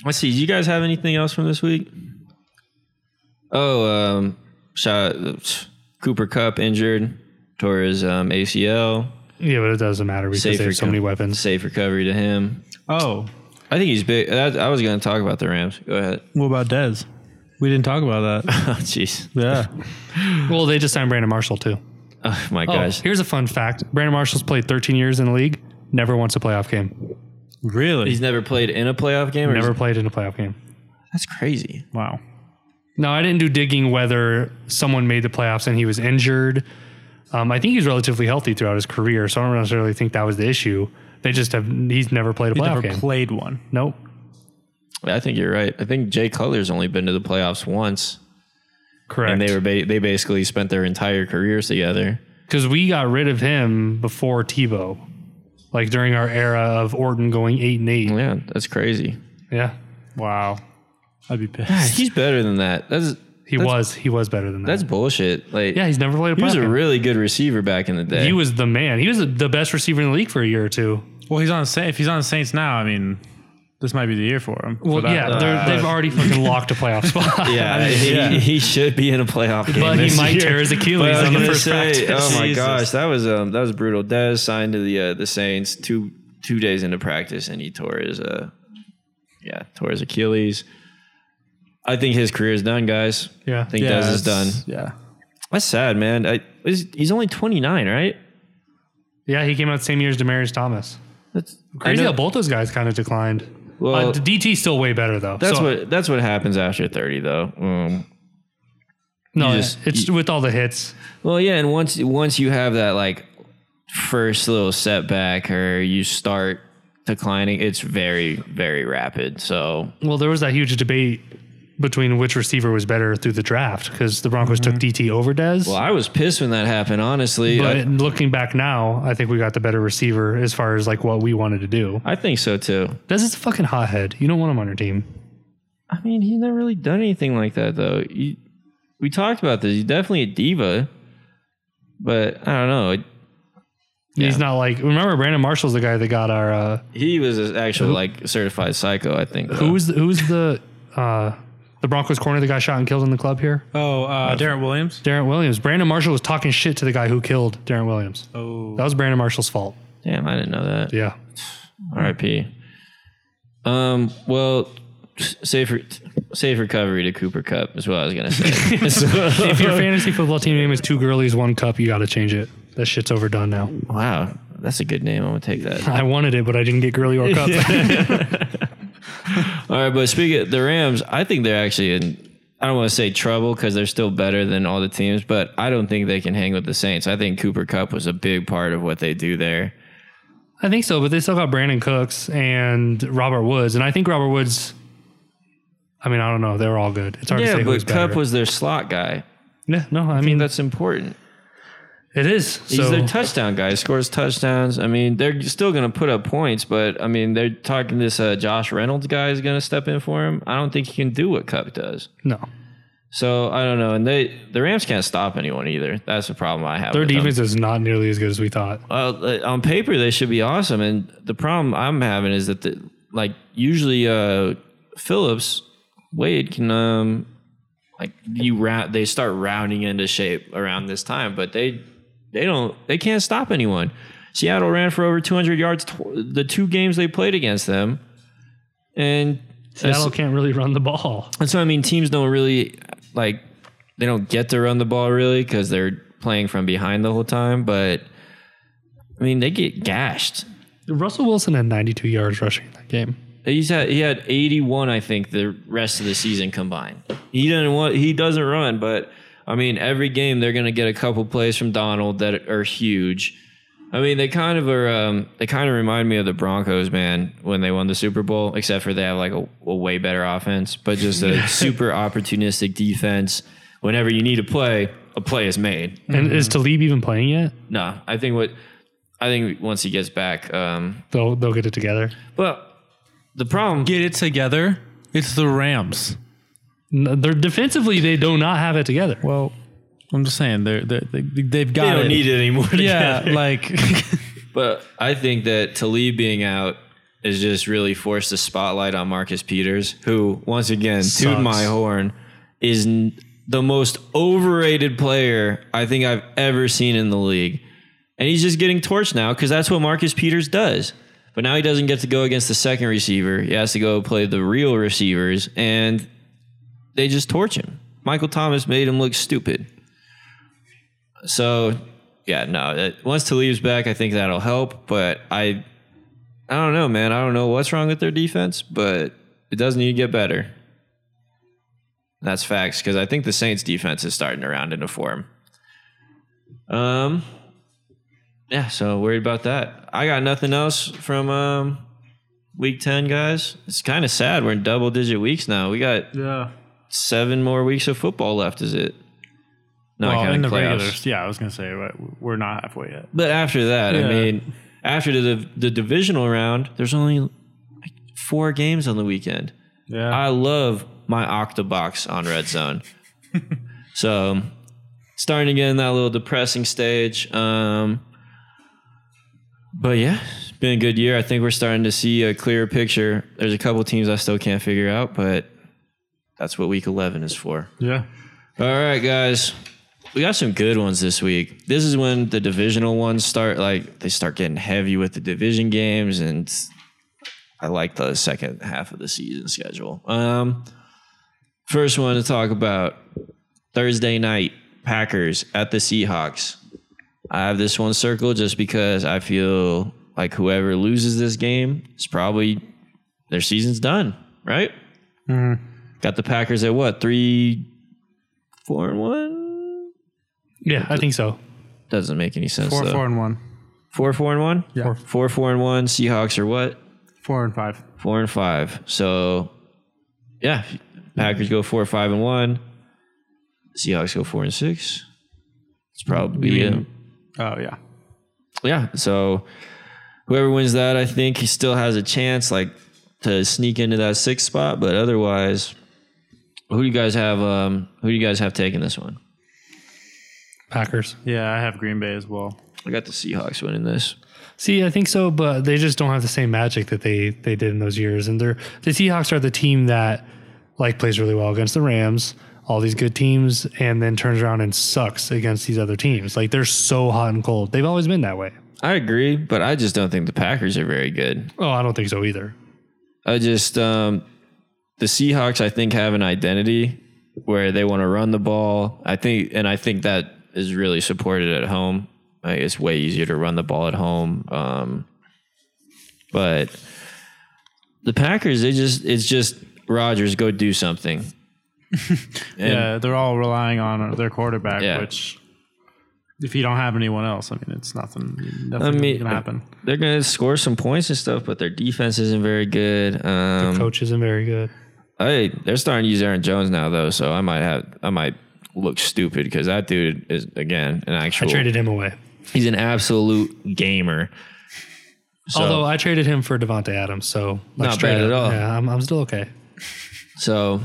Speaker 2: let's see. Do you guys have anything else from this week? Oh, um, shot Cooper Cup injured, tore his um, ACL.
Speaker 3: Yeah, but it doesn't matter because
Speaker 2: Safe
Speaker 3: they have so
Speaker 2: reco-
Speaker 3: many weapons.
Speaker 2: Safe recovery to him.
Speaker 1: Oh,
Speaker 2: I think he's big. That, I was going to talk about the Rams. Go ahead.
Speaker 1: what about Dez? We didn't talk about that.
Speaker 2: Oh, jeez.
Speaker 1: Yeah.
Speaker 3: Well, they just signed Brandon Marshall, too.
Speaker 2: Oh my
Speaker 3: Oh,
Speaker 2: gosh.
Speaker 3: here's a fun fact Brandon Marshall's played 13 years in the league, never once a playoff game,
Speaker 1: Really?
Speaker 2: He's never played in a playoff game. Or
Speaker 3: never played in a playoff game.
Speaker 2: That's crazy.
Speaker 1: Wow.
Speaker 3: No, I didn't do digging whether someone made the playoffs and he was injured. Um, I think he's relatively healthy throughout his career, so I don't necessarily think that was the issue. They just have he's never played a
Speaker 1: He
Speaker 3: playoff
Speaker 1: never
Speaker 3: game.
Speaker 1: played one.
Speaker 3: nope.
Speaker 2: I think you're right. I think Jay Cutler's only been to the playoffs once,
Speaker 3: Correct.
Speaker 2: and they were ba- they basically spent their entire careers together.
Speaker 3: because we got rid of him before Tebow, like during our era of Orton going eight and eight.
Speaker 2: Yeah, that's crazy.
Speaker 3: Yeah,
Speaker 1: Wow. I'd be pissed.
Speaker 2: He's better than that. That's
Speaker 3: he
Speaker 2: That's-
Speaker 3: was he was better than that.
Speaker 2: that's bullshit. Like
Speaker 3: yeah, he's never played a playoff.
Speaker 2: he was a
Speaker 3: game.
Speaker 2: really good receiver back in the day.
Speaker 3: he was the man. He was the best receiver in the league for a year or two.
Speaker 1: Well, he's on the Sa- if he's on the Saints now. I mean, this might be the year for him. for
Speaker 3: Well,
Speaker 1: that.
Speaker 2: uh,
Speaker 3: yeah, they're they've already fucking locked a playoff spot.
Speaker 2: yeah, he, he should be in a playoff game.
Speaker 3: But he
Speaker 2: this
Speaker 3: might
Speaker 2: year.
Speaker 3: tear his
Speaker 2: But
Speaker 3: Achilles
Speaker 2: I was
Speaker 3: on the
Speaker 2: gonna
Speaker 3: first
Speaker 2: say,
Speaker 3: practice.
Speaker 2: Oh my
Speaker 1: Jesus.
Speaker 2: gosh, that was um that was brutal. Dez signed to the uh, the Saints two two days into practice, and he tore his uh yeah tore his Achilles. I think his career is done, guys.
Speaker 3: Yeah.
Speaker 2: I think
Speaker 1: Yeah,
Speaker 2: Dez is done.
Speaker 1: it's- Yeah.
Speaker 2: That's sad, man. I, he's, he's only twenty nine, right?
Speaker 3: Yeah, he came out the same year as Demarius Thomas.
Speaker 2: That's
Speaker 3: Crazy
Speaker 2: I know-
Speaker 3: how both those guys kind of declined.
Speaker 2: Well-
Speaker 3: uh, DT's still way better though.
Speaker 2: That's
Speaker 3: So-
Speaker 2: what that's what happens after thirty, though. Um,
Speaker 3: No,
Speaker 2: you just-
Speaker 3: it's with all the hits.
Speaker 2: well, yeah, and once once you have that like first little setback, or you start declining, it's very very rapid. So
Speaker 3: Well, there was that huge debate between which receiver was better through the draft because the Broncos took DT over Dez.
Speaker 2: Mm-hmm. well, I was pissed when that happened. Honestly,
Speaker 3: but
Speaker 2: I,
Speaker 3: looking back now, I think we got the better receiver as far as like what we wanted to do.
Speaker 2: I think so too.
Speaker 3: Dez is a fucking hothead. You don't want him on your team.
Speaker 2: I mean, he's never really done anything like that though. You, we talked about this. He's definitely a diva, but I don't know. It-
Speaker 3: He's
Speaker 2: Yeah.
Speaker 3: not like remember Brandon Marshall's the guy that got our uh,
Speaker 2: He was an actual like certified psycho. I think.
Speaker 3: who
Speaker 2: though.
Speaker 3: was the, who was the uh, the Broncos corner that got shot and killed in the club here?
Speaker 1: Oh, uh, Darren Williams.
Speaker 3: Darren Williams. Brandon Marshall was talking shit to the guy who killed Darren Williams.
Speaker 1: Oh,
Speaker 3: That was Brandon Marshall's fault.
Speaker 2: Damn, I didn't know that.
Speaker 3: Yeah.
Speaker 2: R.I.P. Um. Well, safe re- safe recovery to Cooper Cup is what I was gonna say.
Speaker 3: if your fantasy football team name is two girlies, one cup, you got to change it. That shit's overdone now.
Speaker 2: wow, that's a good name. I'm gonna take that.
Speaker 3: I wanted it, but I didn't get girly or cup.
Speaker 2: All right, but speaking of the Rams, I think they're actually in. I don't want to say trouble because they're still better than all the teams, but I don't think they can hang with the Saints. I think Cooper Cup was a big part of what they do there.
Speaker 3: I think so, but they still got Brandon Cooks and Robert Woods, and I think Robert Woods. I mean, I don't know. They were all good. It's hard to
Speaker 2: Yeah,
Speaker 3: say who's
Speaker 2: but Cup
Speaker 3: better.
Speaker 2: was their slot guy.
Speaker 3: Yeah, no, I mean
Speaker 2: That's important.
Speaker 3: it is.
Speaker 2: He's
Speaker 3: so
Speaker 2: their touchdown guy. Scores touchdowns. I mean, they're still going to put up points, but I mean, they're talking this uh, Josh Reynolds guy is going to step in for him. I don't think he can do what Cup does.
Speaker 3: no,
Speaker 2: So I don't know. And they the Rams can't stop anyone either. That's the problem I have.
Speaker 3: their
Speaker 2: with them.
Speaker 3: defense is not nearly as good as we thought.
Speaker 2: Well, uh, on paper they should be awesome, and the problem I'm having is that the like usually uh, Phillips Wade can um like you round they start rounding into shape around this time, but they they don't they can't stop anyone. Seattle ran for over 200 yards tw- the two games they played against them, and
Speaker 3: Seattle can't really run the ball.
Speaker 2: and so I mean, teams don't really like they don't get to run the ball really because they're playing from behind the whole time. But I mean, they get gashed.
Speaker 3: Russell Wilson had 92 yards rushing in that game.
Speaker 2: He's had he had 81, I think, the rest of the season combined. He doesn't want he doesn't run, but I mean, every game they're gonna get a couple plays from Donald that are huge. I mean, they kind of are. Um, they kind of remind me of the Broncos, man, when they won the Super Bowl. Except for they have like a, a way better offense, but just a super opportunistic defense. Whenever you need a play, a play is made.
Speaker 3: And is Talib even playing yet?
Speaker 2: No, I think what I think once he gets back, um,
Speaker 3: They'll they'll get it together.
Speaker 2: well, the problem.
Speaker 1: get it together. It's the Rams.
Speaker 3: No, They're defensively they do not have it together.
Speaker 1: Well, I'm just saying they're, they're they they've got
Speaker 2: They don't
Speaker 1: it.
Speaker 2: need it anymore. to
Speaker 1: yeah, like
Speaker 2: But I think that Talib being out is just really forced the spotlight on Marcus Peters, who once again, toot
Speaker 3: Sucks.
Speaker 2: my horn, is n- the most overrated player I think I've ever seen in the league, and he's just getting torched now because that's what Marcus Peters does. But now he doesn't get to go against the second receiver; he has to go play the real receivers, and they just torch him. Michael Thomas made him look stupid. So, yeah, no. That, once Talib's back, I think that'll help. But I, I don't know, man. I don't know what's wrong with their defense, but it does need to get better. That's facts because I think the Saints' defense is starting to round into form. Um, yeah. So worried about that. I got nothing else from um, week ten, guys. It's kind of sad we're in double-digit weeks now. We got
Speaker 1: yeah.
Speaker 2: seven more weeks of football left. Is it? Not
Speaker 1: Well,
Speaker 2: counting
Speaker 1: in the
Speaker 2: playoffs.
Speaker 1: regulars, yeah, I was gonna say but we're not halfway yet.
Speaker 2: But after that, I
Speaker 1: Yeah.
Speaker 2: mean, after the the divisional round, there's only like, four games on the weekend.
Speaker 1: Yeah,
Speaker 2: I love my Octobox on Red Zone. so, starting to get in that little depressing stage. Um, but yeah, it's been a good year. I think we're starting to see a clearer picture. There's a couple teams I still can't figure out, but that's what Week 11 is for.
Speaker 1: yeah.
Speaker 2: All right, guys. We got some good ones this week. This is when the divisional ones start like they start getting heavy with the division games and I like the second half of the season schedule. Um first one to talk about Thursday night Packers at the Seahawks. I have this one circle just because I feel like whoever loses this game is probably their season's done, right? Got the Packers at what three, four and one?
Speaker 3: Yeah, I think so.
Speaker 2: Doesn't make any sense.
Speaker 1: Four,
Speaker 2: though.
Speaker 1: four, and one.
Speaker 2: Four, four and one.
Speaker 1: Yeah.
Speaker 3: Four.
Speaker 2: Four, four and one. Seahawks are what?
Speaker 1: Four and five.
Speaker 2: Four and five. So, yeah, Packers go four, five and one. Seahawks go four and six. It's probably
Speaker 1: You
Speaker 2: it.
Speaker 1: mean- Oh yeah.
Speaker 2: yeah. So whoever wins that, I think he still has a chance, like to sneak into that sixth spot. But otherwise, who do you guys have? Um, who do you guys have taking this one?
Speaker 3: Packers.
Speaker 1: Yeah, I have Green Bay as well.
Speaker 2: I got the Seahawks winning this.
Speaker 3: See, I think so, but they just don't have the same magic that they they did in those years. And they're the Seahawks are the team that like plays really well against the Rams, all these good teams, and then turns around and sucks against these other teams. Like they're so hot and cold. They've always been that way.
Speaker 2: I agree, but I just don't think the Packers are very good.
Speaker 3: Oh, I don't think so either.
Speaker 2: I just um, the Seahawks, I think, have an identity where they want to run the ball. I think, and I think that is really supported at home. Like, it's way easier to run the ball at home. Um, but the Packers, they just it's just Rodgers go do something. And-
Speaker 1: yeah, they're all relying on uh, their quarterback,
Speaker 2: Yeah.
Speaker 1: which if you don't have anyone else, I mean, it's nothing. Nothing
Speaker 2: I mean,
Speaker 1: can happen.
Speaker 2: They're gonna score some points and stuff, but their defense isn't very good. Um,
Speaker 3: Coach isn't very good.
Speaker 2: Hey, they're starting to use Aaron Jones now though, so I might have I might look stupid because that dude is again an
Speaker 3: I
Speaker 2: actual.
Speaker 3: traded him away.
Speaker 2: He's an absolute gamer. So,
Speaker 3: Although I traded him for Devonte Adams, so like,
Speaker 2: Not
Speaker 3: straight
Speaker 2: bad
Speaker 3: up,
Speaker 2: at all.
Speaker 3: Yeah, I'm, I'm still okay.
Speaker 2: so,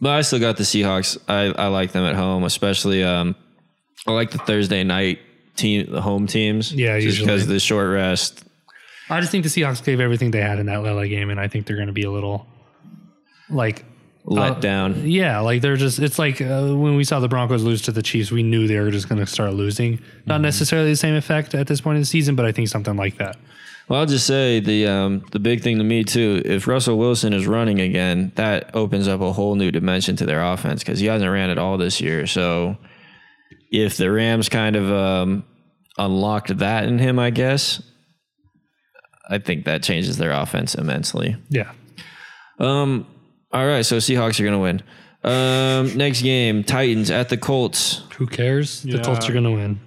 Speaker 2: but I still got the Seahawks. I, I like them at home, especially. Um, I like the Thursday night team, the home teams.
Speaker 3: Yeah,
Speaker 2: just
Speaker 3: usually.
Speaker 2: because of the short rest.
Speaker 3: I just think the Seahawks gave everything they had in that LA game, and I think they're going to be a little like
Speaker 2: Let
Speaker 3: Uh,
Speaker 2: down.
Speaker 3: Yeah, like they're just, it's like uh, when we saw the Broncos lose to the Chiefs, we knew they were just going to start losing. Not necessarily the same effect at this point in the season, but I think something like that.
Speaker 2: Well, I'll just say the um, the big thing to me too. If Russell Wilson is running again, that opens up a whole new dimension to their offense because he hasn't ran at all this year. So, if the Rams kind of um, unlocked that in him, I guess, I think that changes their offense immensely.
Speaker 3: Yeah.
Speaker 2: Um, all right, so Seahawks are gonna win. Um, next game, Titans at the Colts.
Speaker 3: Who cares? The Colts
Speaker 1: Yeah.
Speaker 3: are going to win.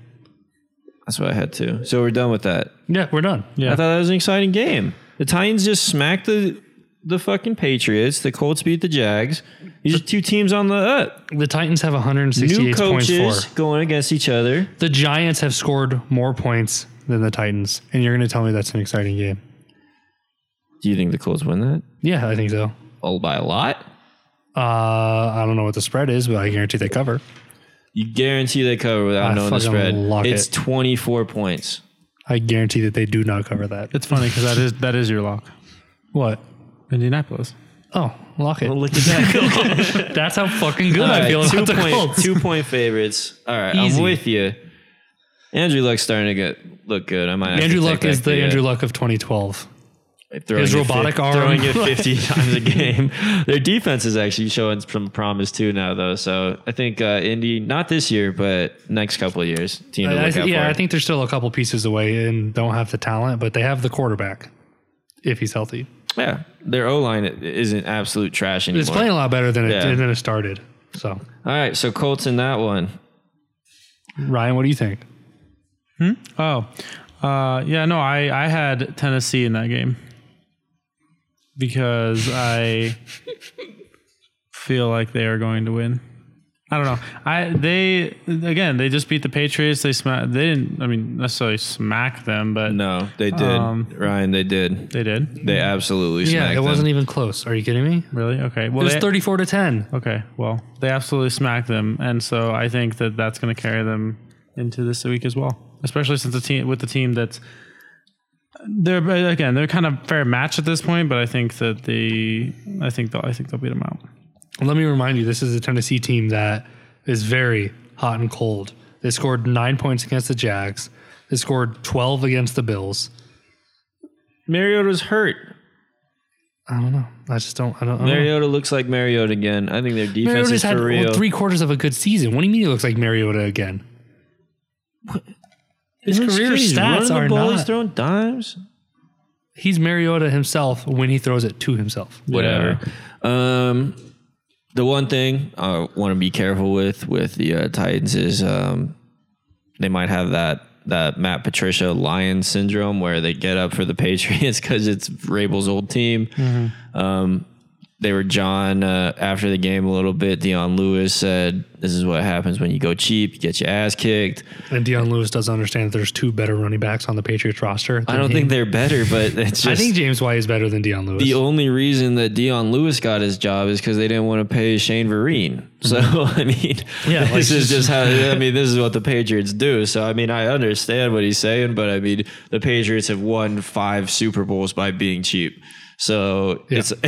Speaker 2: That's what I had to. So we're done with that.
Speaker 3: Yeah, we're done.
Speaker 1: Yeah.
Speaker 2: I thought that was an exciting game. The Titans just smacked the the fucking Patriots. The Colts beat the Jags. These are two teams on the up.
Speaker 3: The Titans have
Speaker 2: New
Speaker 3: 168 points
Speaker 2: coaches
Speaker 3: for.
Speaker 2: going against each other.
Speaker 3: The Giants have scored more points than the Titans, and you're going to tell me that's an exciting game.
Speaker 2: Do you think the Colts win that?
Speaker 3: Yeah, I think so.
Speaker 2: All by a lot.
Speaker 3: Uh, I don't know what the spread is, but I guarantee they cover.
Speaker 2: You guarantee they cover without
Speaker 3: I
Speaker 2: knowing the
Speaker 3: fucking
Speaker 2: spread.
Speaker 3: lock
Speaker 2: It's
Speaker 3: it.
Speaker 2: 24 points.
Speaker 3: I guarantee that they do not cover that.
Speaker 1: It's funny because that is that is your lock,
Speaker 3: What?
Speaker 1: Indianapolis.
Speaker 3: Oh, lock it.
Speaker 2: Look at that.
Speaker 3: That's how fucking good
Speaker 2: All
Speaker 3: I
Speaker 2: right,
Speaker 3: feel
Speaker 2: two
Speaker 3: about the
Speaker 2: point
Speaker 3: Colts.
Speaker 2: two point favorites. All right,
Speaker 3: Easy.
Speaker 2: I'm with you. Andrew Luck's starting to get look good. I might. have to
Speaker 3: Andrew
Speaker 2: take
Speaker 3: Luck
Speaker 2: that
Speaker 3: is the
Speaker 2: kid.
Speaker 3: Andrew Luck of 2012.
Speaker 2: throwing
Speaker 3: His
Speaker 2: it
Speaker 3: robotic
Speaker 2: fif-
Speaker 3: arm.
Speaker 2: throwing it 50 times a game. Their defense is actually showing some promise too now, though. So I think uh, Indy, not this year, but next couple of years, team to
Speaker 3: I- I
Speaker 2: look
Speaker 3: th-
Speaker 2: out
Speaker 3: yeah,
Speaker 2: for.
Speaker 3: I think they're still a couple pieces away and don't have the talent, but they have the quarterback if he's healthy.
Speaker 2: yeah, their O line isn't absolute trash anymore.
Speaker 3: It's playing a lot better than it,
Speaker 2: Yeah.
Speaker 3: than it started. So,
Speaker 2: All right, so Colts in that one.
Speaker 3: Ryan, what do you think?
Speaker 1: Oh, uh, yeah. No, I I had Tennessee in that game because I feel like they are going to win. I don't know. I they again they just beat the Patriots. They sma- They didn't. I mean necessarily smack them, but
Speaker 2: No, they did,
Speaker 1: Um,
Speaker 2: Ryan. They did.
Speaker 1: they did.
Speaker 2: They absolutely.
Speaker 3: Yeah,
Speaker 2: smacked
Speaker 3: it wasn't
Speaker 2: Them.
Speaker 3: even close. Are you kidding me?
Speaker 1: Really? Okay. Well,
Speaker 3: It was
Speaker 1: they-
Speaker 3: 34 to 10.
Speaker 1: Okay, well, they absolutely smacked them, and so I think that that's going to carry them into this week as well. Especially since the team with the team that's they're but again they're kind of fair match at this point, but I think that the I think they'll I think they'll beat them out.
Speaker 3: Let me remind you, this is a Tennessee team that is very hot and cold. They scored nine points against the Jags. They scored 12 against the Bills.
Speaker 2: Mariota was hurt.
Speaker 3: I don't know. I just don't. I don't. I don't know.
Speaker 2: Mariota looks like Mariota again. I think their defense
Speaker 3: Mariota's
Speaker 2: is
Speaker 3: had
Speaker 2: for
Speaker 3: well,
Speaker 2: real.
Speaker 3: three quarters of a good season. What do you mean he looks like Mariota again? His
Speaker 2: Isn't
Speaker 3: career
Speaker 2: Skinny's running
Speaker 3: stats
Speaker 2: the
Speaker 3: are
Speaker 2: ball, He's
Speaker 3: not.
Speaker 2: throwing dimes.
Speaker 3: He's Mariota himself when he throws it to himself.
Speaker 2: whatever. Um, the one thing I want to be careful with with the uh, Titans is um, they might have that that Matt Patricia lion syndrome where they get up for the Patriots because it's Rabel's old team.
Speaker 3: Mm-hmm.
Speaker 2: Um, they were John uh, after the game a little bit. Deion Lewis said, "This is what happens when you go cheap. You get your ass kicked."
Speaker 3: And Deion Lewis doesn't understand that there's two better running backs on the Patriots roster.
Speaker 2: I don't think they're better, but it's just
Speaker 3: I think James White is better than Deion Lewis.
Speaker 2: the only reason that Dion Lewis got his job is because they didn't want to pay Shane Vereen. So I mean,
Speaker 3: Mm-hmm. Yeah, like-
Speaker 2: this is just how I mean, this is what the Patriots do. So I mean, I understand what he's saying, but I mean, the Patriots have won five Super Bowls by being cheap. So it's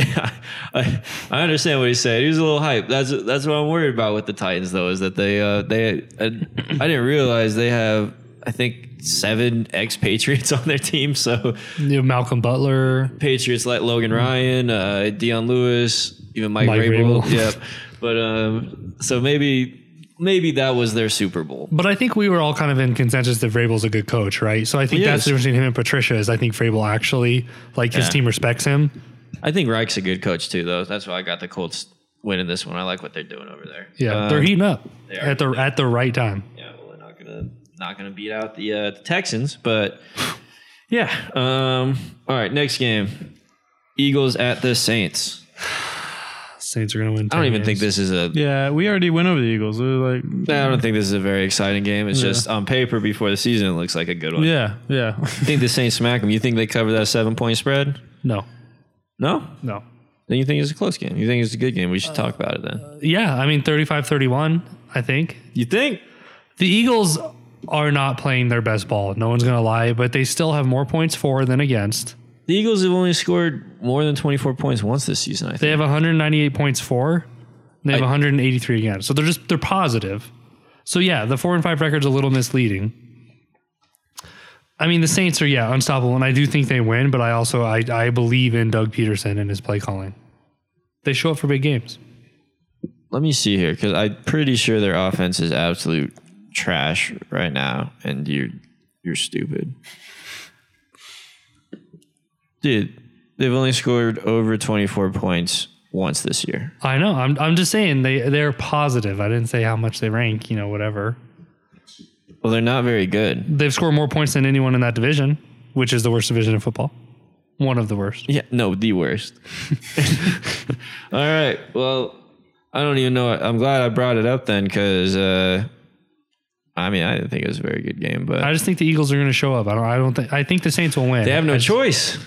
Speaker 2: I, I understand what he's saying. He was a little hype. That's that's what I'm worried about with the Titans though is that they uh, they I, I didn't realize they have I think seven ex-Patriots on their team. So
Speaker 3: You know, Malcolm Butler.
Speaker 2: Patriots like Logan Ryan, uh, Dion Lewis, even Mike,
Speaker 3: Mm. Mike
Speaker 2: Rabel.
Speaker 3: Vrabel.
Speaker 2: yep. But um, so maybe maybe that was their Super Bowl.
Speaker 3: But I think we were all kind of in consensus that Vrabel's a good coach, right? So I think
Speaker 2: He
Speaker 3: that's
Speaker 2: is.
Speaker 3: the difference between him and Patricia is I think Vrabel actually like his
Speaker 2: Yeah.
Speaker 3: team respects him.
Speaker 2: I think Reich's a good coach too, though. That's why I got the Colts winning this one. I like what they're doing over there.
Speaker 3: Yeah,
Speaker 2: Um,
Speaker 3: they're heating up
Speaker 2: they are
Speaker 3: at the at the right time.
Speaker 2: yeah. Well, they're not gonna not gonna beat out the, uh, the Texans, but yeah. Um, all right, next game, Eagles at the Saints.
Speaker 3: Saints are going to win.
Speaker 2: I don't even think this is a
Speaker 1: Yeah, we already went over the Eagles. We were like,
Speaker 2: I don't think this is a very exciting game. It's just on paper before the season, it looks like a good one.
Speaker 1: yeah, yeah.
Speaker 2: You think the Saints smack them? You think they cover that seven point spread?
Speaker 3: No,
Speaker 2: No.
Speaker 3: no.
Speaker 2: Then you think it's a close game. You think it's a good game. We should talk about it then.
Speaker 3: Yeah, I mean 35-31, I think.
Speaker 2: You think?
Speaker 3: The Eagles are not playing their best ball. No one's going to lie, but they still have more points for than against.
Speaker 2: The Eagles have only scored more than 24 points once this season, I
Speaker 3: They
Speaker 2: think.
Speaker 3: have 198 points for. They have
Speaker 2: I-
Speaker 3: 183 against. So they're just they're positive. So yeah, the four and five record's a little misleading. I mean, the Saints are yeah unstoppable, and I do think they win. But I also I I believe in Doug Peterson and his play calling. They show up for big games.
Speaker 2: Let me see here because I'm pretty sure their offense is absolute trash right now, and you're you're stupid, dude. They've only scored over 24 points once this year.
Speaker 3: I know. I'm I'm just saying they they're positive. I didn't say how much they rank. You know, whatever.
Speaker 2: Well, they're not very good.
Speaker 3: They've scored more points than anyone in that division, which is the worst division in football. One of the worst.
Speaker 2: Yeah, no, the worst. All right. Well, I don't even know. I'm glad I brought it up then because, uh, I mean, I didn't think it was a very good game, but
Speaker 3: I just think the Eagles are going to show up. I don't. I don't think. I think the Saints will win.
Speaker 2: they have
Speaker 3: I
Speaker 2: no
Speaker 3: just-
Speaker 2: choice.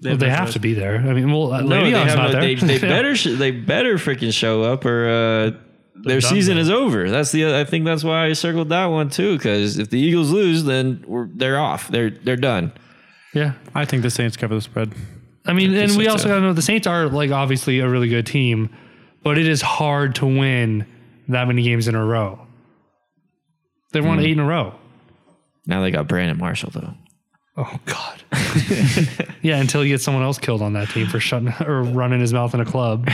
Speaker 3: Well, they have to be there. I mean, well, uh,
Speaker 2: No, they,
Speaker 3: Le'Veon's
Speaker 2: have
Speaker 3: not
Speaker 2: no- they,
Speaker 3: there.
Speaker 2: they
Speaker 3: Yeah.
Speaker 2: better, sh- they better freaking show up or, uh, their
Speaker 3: done
Speaker 2: season
Speaker 3: then.
Speaker 2: is over. That's the. I think that's why I circled that one too. Because if the Eagles lose, then we're, they're off. They're they're done.
Speaker 3: Yeah,
Speaker 1: I think the Saints cover the spread.
Speaker 3: I mean, and
Speaker 2: so,
Speaker 3: we also
Speaker 2: too.
Speaker 3: got to know the Saints are like obviously a really good team, but it is hard to win that many games in a row. They
Speaker 2: Hmm.
Speaker 3: won eight in a row.
Speaker 2: Now they got Brandon Marshall though.
Speaker 3: Oh God. yeah, until you get someone else killed on that team for shutting or running his mouth in a club.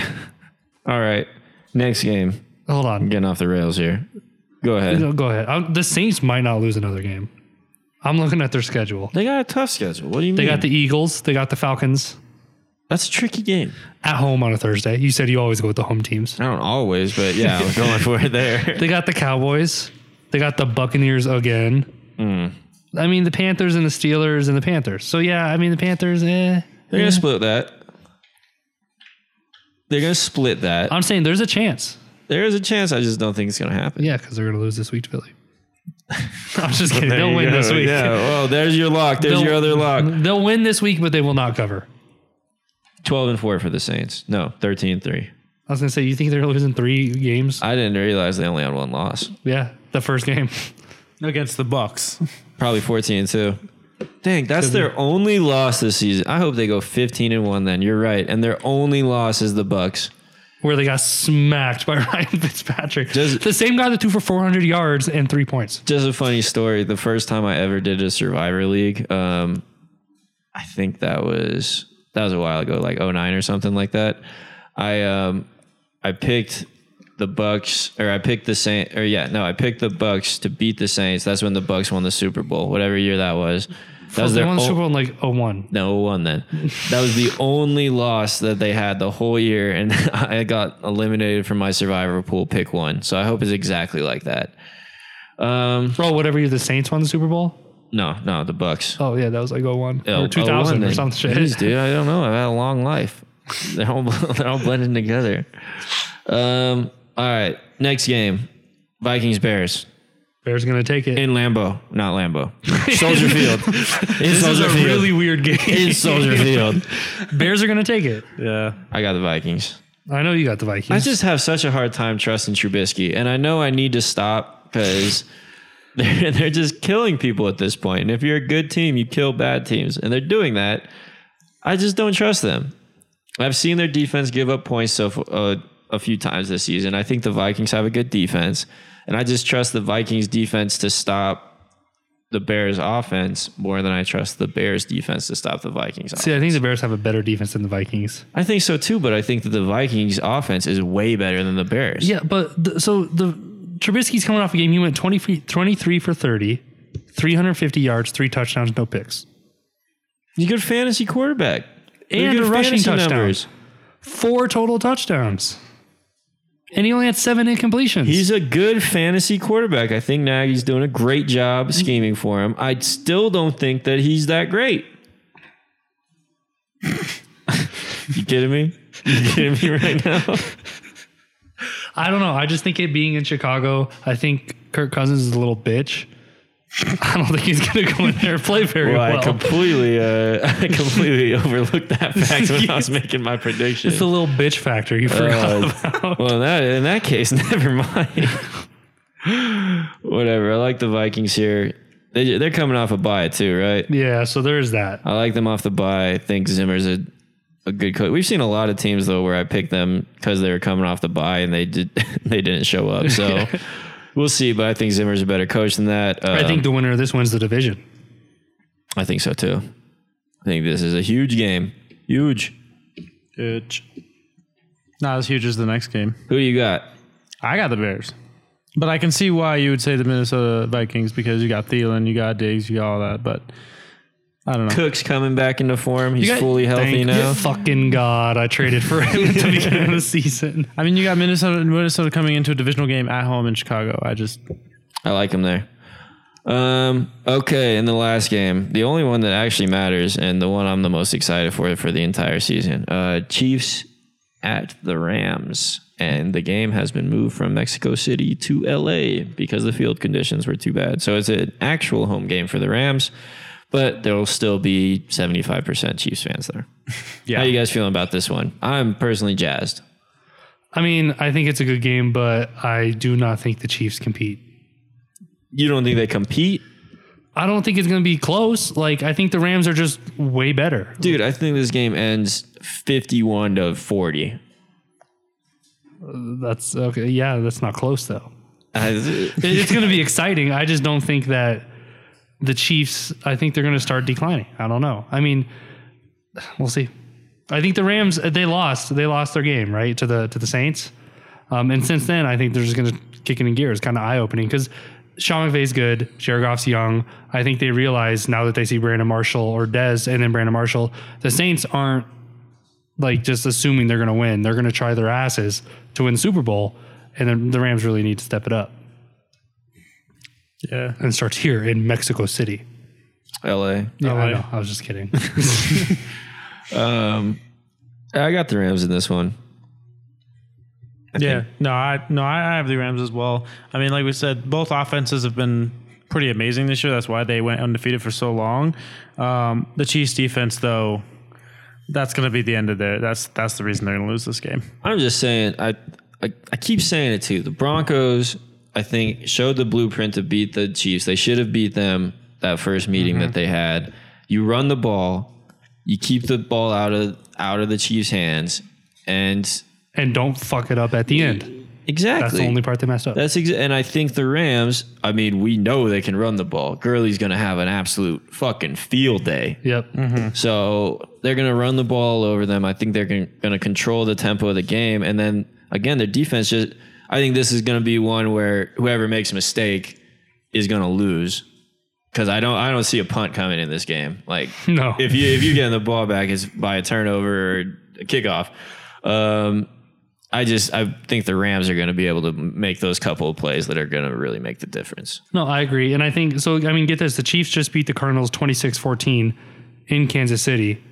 Speaker 2: All right, next game.
Speaker 3: Hold on.
Speaker 2: Getting off the rails here. Go ahead.
Speaker 3: No, go ahead. Um the Saints might not lose another game. I'm looking at their schedule.
Speaker 2: They got a tough schedule. What do you
Speaker 3: They
Speaker 2: mean?
Speaker 3: got the Eagles. They got the Falcons
Speaker 2: That's a tricky game.
Speaker 3: at home on a Thursday. You said you always go with the home teams.
Speaker 2: I don't always, but yeah, I'm going for it there.
Speaker 3: They got the Cowboys. They got the Buccaneers again.
Speaker 2: Mm.
Speaker 3: I mean, the Panthers and the Steelers and the Panthers. So, yeah, I mean, the Panthers, eh.
Speaker 2: They're gonna split that. They're gonna split that.
Speaker 3: I'm saying there's a chance.
Speaker 2: There is a chance. I just don't think it's gonna happen.
Speaker 3: Yeah, because they're going to lose this week to Philly. I'm just kidding. They'll win this week.
Speaker 2: Yeah. Well, there's your lock. There's
Speaker 3: They'll-
Speaker 2: your other lock.
Speaker 3: They'll win this week, but they will not cover.
Speaker 2: Twelve and four for the Saints. No, 13-3.
Speaker 3: I was going to say, you think they're losing three games?
Speaker 2: I didn't realize they only had one loss.
Speaker 3: yeah, the first game.
Speaker 1: Against the Bucks.
Speaker 2: Probably fourteen and two. Dang, that's their only loss this season. I hope they go fifteen and one. Then you're right, and their only loss is the Bucks.
Speaker 3: where they got smacked by Ryan Fitzpatrick.
Speaker 2: Does-
Speaker 3: the same guy that threw for 400 yards and three points.
Speaker 2: just a funny story. The first time I ever did a Survivor League, um, I think that was oh that was a while ago, like 09 or something like that. I um, I picked the Bucks, or I picked the Saints, or yeah, no, I picked the Bucks to beat the Saints. That's when the Bucks won the Super Bowl, whatever year that was. That was
Speaker 3: they
Speaker 2: their
Speaker 3: won the
Speaker 2: o-
Speaker 3: Super Bowl in like 01.
Speaker 2: no one then. That was the only loss that they had the whole year, and I got eliminated from my survivor pool pick one. So I hope it's exactly like that. Um,
Speaker 3: Bro, whatever year the Saints won the Super Bowl?
Speaker 2: no, no, the Bucks.
Speaker 3: Oh, yeah, that was like 01
Speaker 2: Oh,
Speaker 3: or 2000
Speaker 2: oh,
Speaker 3: or
Speaker 2: one
Speaker 3: some
Speaker 2: then.
Speaker 3: shit.
Speaker 2: Jeez, dude, I don't know. I've had a long life. They're all they're all blending together. Um, all right, next game, Vikings Bears
Speaker 3: Bears going to take it.
Speaker 2: in Lambeau, not Lambeau, Soldier Field. In
Speaker 3: this is
Speaker 2: Soldier
Speaker 3: a
Speaker 2: Field.
Speaker 3: really weird game.
Speaker 2: in Soldier Field.
Speaker 3: Bears are going to take it.
Speaker 1: Yeah.
Speaker 2: I got the Vikings.
Speaker 3: I know you got the
Speaker 2: I
Speaker 3: Vikings.
Speaker 2: just have such a hard time trusting Trubisky, and I know I need to stop because they're, they're just killing people at this point. And if you're a good team, you kill bad teams, and they're doing that. I just don't trust them. I've seen their defense give up points so f- uh, a few times this season. I think the Vikings have a good defense, and I just trust the Vikings defense to stop the Bears offense more than I trust the Bears defense to stop the Vikings. Offense.
Speaker 3: See, I think the Bears have a better defense than the Vikings.
Speaker 2: I think so too, but I think that the Vikings offense is way better than the Bears.
Speaker 3: Yeah, but the, so the Trubisky's coming off a game. He went 20 free- 23 for 30, 350 yards, three touchdowns, no picks.
Speaker 2: He's a good fantasy quarterback. They're
Speaker 3: And
Speaker 2: good
Speaker 3: a rushing
Speaker 2: fantasy
Speaker 3: touchdown. Four total touchdowns. And he only had seven incompletions.
Speaker 2: He's a good fantasy quarterback. I think Nagy's doing a great job
Speaker 3: Mm-hmm.
Speaker 2: scheming for him. I still don't think that he's that great. you kidding me? You kidding me right now?
Speaker 3: I don't know. I just think it being in Chicago, I think Kirk Cousins is a little bitch. I don't think he's going to go in there and play very
Speaker 2: Well,
Speaker 3: well.
Speaker 2: I completely, uh, I completely overlooked that fact when I was making my prediction.
Speaker 3: it's the little bitch factor you forgot
Speaker 2: Uh,
Speaker 3: about.
Speaker 2: Well, in that in that case, never mind. Whatever. I like the Vikings here. They, they're coming off a bye too, right?
Speaker 3: yeah, so there's that.
Speaker 2: I like them off the bye. I think Zimmer's a, a good coach. We've seen a lot of teams though where I picked them because they were coming off the bye and they did they didn't show up. So we'll see. But I think Zimmer's a better coach than that.
Speaker 3: I
Speaker 2: Um,
Speaker 3: think the winner of this wins the division.
Speaker 2: I think so too. I think this is a huge game. Huge.
Speaker 1: It's not as huge as the next game.
Speaker 2: Who you got?
Speaker 1: I got the Bears. But I can see why you would say the Minnesota Vikings because you got Thielen, you got Diggs, you got all that. But I don't know.
Speaker 2: Cook's coming back into form. He's
Speaker 3: got-
Speaker 2: fully healthy
Speaker 3: Thank
Speaker 2: now.
Speaker 3: fucking God, I traded for him at the beginning of the season.
Speaker 1: I mean, you got Minnesota Minnesota coming into a divisional game at home in Chicago. I just
Speaker 2: I like him there. Um, okay, in the last game, the only one that actually matters and the one I'm the most excited for for the entire season. Uh Chiefs at the Rams. And the game has been moved from Mexico City to LA because the field conditions were too bad. So it's an actual home game for the Rams, but there will still be 75% Chiefs fans there.
Speaker 1: yeah.
Speaker 2: How you guys feeling about this one? I'm personally jazzed.
Speaker 3: I mean, I think it's a good game, but I do not think the Chiefs compete.
Speaker 2: You don't think they compete?
Speaker 3: I don't think it's going to be close. Like, I think the Rams are just way better.
Speaker 2: Dude, I think this game ends 51 to 40.
Speaker 3: That's okay. Yeah, that's not close though.
Speaker 2: I-
Speaker 3: It- It's going to be exciting. I just don't think that the Chiefs. I think they're going to start declining. I don't know. I mean, we'll see. I think the Rams. uh, They lost. They lost their game right to the to the Saints. Um, and since then, I think they're just going to kick it in gear. It's kind of eye opening because Sean McVay's good. Jared Goff's young. I think they realize now that they see Brandon Marshall or Dez and then Brandon Marshall, the Saints aren't like just assuming they're going to win. They're going to try their asses to win the Super Bowl. And then the Rams really need to step it up
Speaker 1: yeah.
Speaker 3: and starts here in Mexico City.
Speaker 2: LA.
Speaker 3: Yeah,
Speaker 1: LA.
Speaker 3: I know. I was just kidding.
Speaker 2: Um, I got the Rams in this one.
Speaker 1: yeah. No, I no, I I have the Rams as well. I mean, like we said, both offenses have been pretty amazing this year. That's why they went undefeated for so long. Um, the Chiefs defense though, that's gonna be the end of their that's that's the reason they're gonna lose this game.
Speaker 2: I'm just saying. I, I I keep saying it too. The Broncos, I think, showed the blueprint to beat the Chiefs. They should have beat them that first meeting that they had. You run the ball. You keep the ball out of out of the Chiefs' hands, and
Speaker 3: and don't fuck it up at the end.
Speaker 2: exactly
Speaker 3: That's the only part they messed up.
Speaker 2: That's exa- and I think the Rams. I mean, we know they can run the ball. Gurley's going to have an absolute fucking field day.
Speaker 3: yep.
Speaker 2: Mm-hmm. So they're going to run the ball all over them. I think they're going to control the tempo of the game. And then again, their defense just I think this is going to be one where whoever makes a mistake is going to lose because I don't I don't see a punt coming in this game. Like
Speaker 3: No.
Speaker 2: if you if you get the ball back it's by a turnover or a kickoff. Um, I just I think the Rams are going to be able to make those couple of plays that are going to really make the difference.
Speaker 3: No, I agree. And I think so. I mean, get this the Chiefs just beat the Cardinals 26 14 in Kansas City.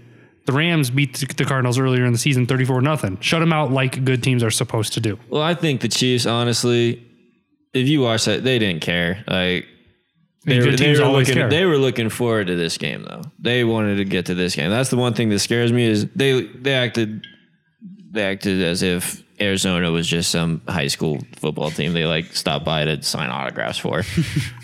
Speaker 3: The Rams beat the- the Cardinals earlier in the season 34 0. Shut them out like good teams are supposed to do.
Speaker 2: Well, I think the Chiefs, honestly, if you watch that, they didn't care. Like they,
Speaker 3: good
Speaker 2: were- they
Speaker 3: teams
Speaker 2: were
Speaker 3: always
Speaker 2: looking,
Speaker 3: care.
Speaker 2: they were looking forward to this game though. They wanted to get to this game. That's the one thing that scares me is they they acted they acted as if Arizona was just some high school football team they like stopped by to sign autographs for,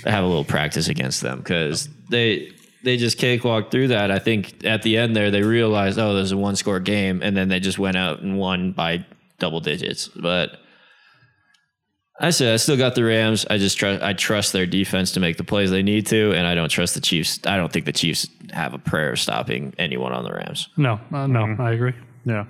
Speaker 2: have a little practice against them because they they just cakewalked through that. I think at the end there they realized oh there's a one score game and then they just went out and won by double digits. But I said I still got the Rams. I just trust I trust their defense to make the plays they need to, and I don't trust the Chiefs. I don't think the Chiefs have a prayer of stopping anyone on the Rams.
Speaker 3: No, uh, no,
Speaker 2: Mm-hmm.
Speaker 3: I agree.
Speaker 1: Yeah.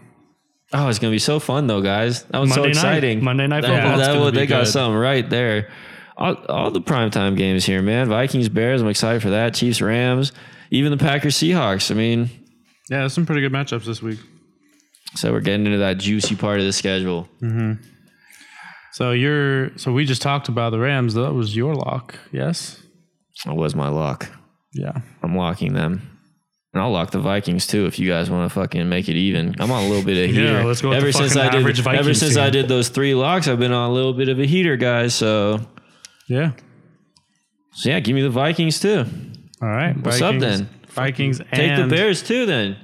Speaker 2: Oh, it's gonna be so fun though, guys. That was so
Speaker 3: Monday night.
Speaker 2: exciting.
Speaker 3: Monday night
Speaker 2: That-
Speaker 3: football.
Speaker 1: That's
Speaker 2: that
Speaker 1: gonna
Speaker 2: was-
Speaker 1: be
Speaker 2: they got
Speaker 1: good.
Speaker 2: something right there. All, all the primetime games here, man. Vikings, Bears. I'm excited for that. Chiefs, Rams, even the Packers, Seahawks. I mean,
Speaker 1: Yeah, there's some pretty good matchups this week.
Speaker 2: so we're getting into that juicy part of the schedule.
Speaker 1: So you're so we just talked about the Rams. That was your lock, yes?
Speaker 2: That was my lock.
Speaker 1: Yeah.
Speaker 2: I'm locking them. And I'll lock the Vikings too if you guys want to fucking make it even. I'm on a little bit of heater.
Speaker 3: Yeah, let's go with
Speaker 2: Ever
Speaker 3: the
Speaker 2: since
Speaker 3: fucking
Speaker 2: I did,
Speaker 3: average
Speaker 2: ever
Speaker 3: Vikings
Speaker 2: since I
Speaker 3: team.
Speaker 2: did those three locks, I've been on a little bit of a heater, guys. So,
Speaker 1: Yeah.
Speaker 2: so yeah, give me the Vikings too.
Speaker 1: All right.
Speaker 2: What's up,
Speaker 1: Vikings-
Speaker 2: then?
Speaker 1: Vikings
Speaker 2: Take
Speaker 1: and
Speaker 2: the Bears too, then.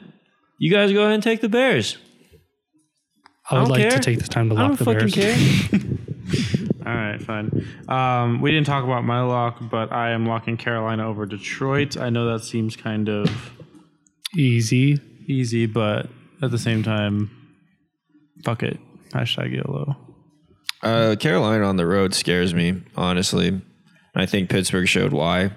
Speaker 2: You guys go ahead and take the Bears.
Speaker 3: I would
Speaker 2: don't
Speaker 3: like to
Speaker 2: care.
Speaker 3: take this time to
Speaker 2: I don't
Speaker 3: lock the
Speaker 2: fucking
Speaker 3: Bears.
Speaker 2: care.
Speaker 1: All right, fine. Um, we didn't talk about my lock, but I am locking Carolina over Detroit. I know that seems kind of
Speaker 3: Easy.
Speaker 1: easy, but at the same time, fuck it. Hashtag YOLO.
Speaker 2: Uh, Carolina on the road scares me, honestly. I think Pittsburgh showed why.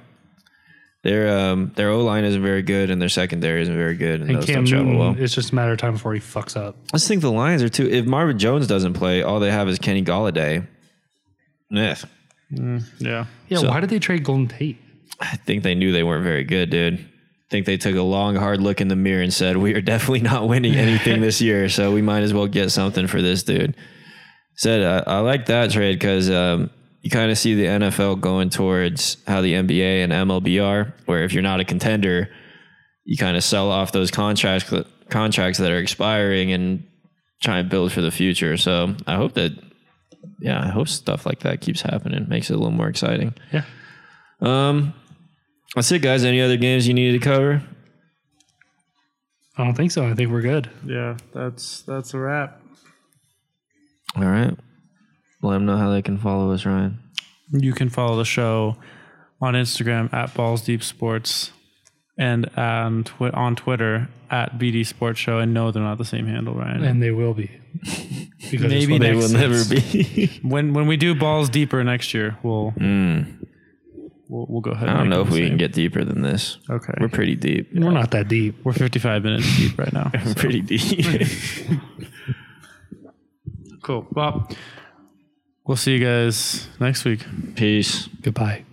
Speaker 2: Their um, their O line isn't very good, and their secondary isn't very good, and,
Speaker 3: And
Speaker 2: those
Speaker 3: Cam
Speaker 2: don't travel
Speaker 3: Newton,
Speaker 2: well.
Speaker 3: it's just a matter of time before he fucks up.
Speaker 2: I just think the Lions are too. If Marvin Jones doesn't play, all they have is Kenny Galladay. Ugh.
Speaker 1: Yeah.
Speaker 3: Yeah,
Speaker 2: So-
Speaker 3: why did they trade Golden Tate?
Speaker 2: I think they knew they weren't very good, dude. I think they took a long, hard look in the mirror and said, "We are definitely not winning anything this year, so we might as well get something for this dude." Said uh, I like that trade because um, you kind of see the NFL going towards how the NBA and MLB are, where if you're not a contender, you kind of sell off those contracts contracts that are expiring and try and build for the future. So I hope that, yeah, I hope stuff like that keeps happening, makes it a little more exciting.
Speaker 3: Yeah.
Speaker 2: Um, that's it, guys. Any other games you needed to cover?
Speaker 3: I don't think so. I think we're good.
Speaker 1: Yeah. That's that's a wrap.
Speaker 2: All right. Let them know how they can follow us, Ryan.
Speaker 1: You can follow the show on Instagram at Balls Deep Sports and um, twi- on Twitter at BD Sports Show. And no, they're not the same handle, Ryan.
Speaker 3: And they will be. Because it's
Speaker 1: Mm. Maybe
Speaker 3: what
Speaker 2: They will
Speaker 1: next-
Speaker 2: never be.
Speaker 1: when when we do Balls Deeper next year, we'll we'll, we'll go ahead.
Speaker 2: Hmm. I
Speaker 1: and
Speaker 2: don't
Speaker 1: make
Speaker 2: know
Speaker 1: it
Speaker 2: if
Speaker 1: the
Speaker 2: we
Speaker 1: same.
Speaker 2: can get deeper than this.
Speaker 1: Okay.
Speaker 2: We're pretty deep.
Speaker 3: We're not that deep.
Speaker 1: We're 55 minutes deep right now.
Speaker 2: We're pretty deep.
Speaker 1: cool. Well, we'll see you guys next week.
Speaker 2: Peace.
Speaker 3: Goodbye.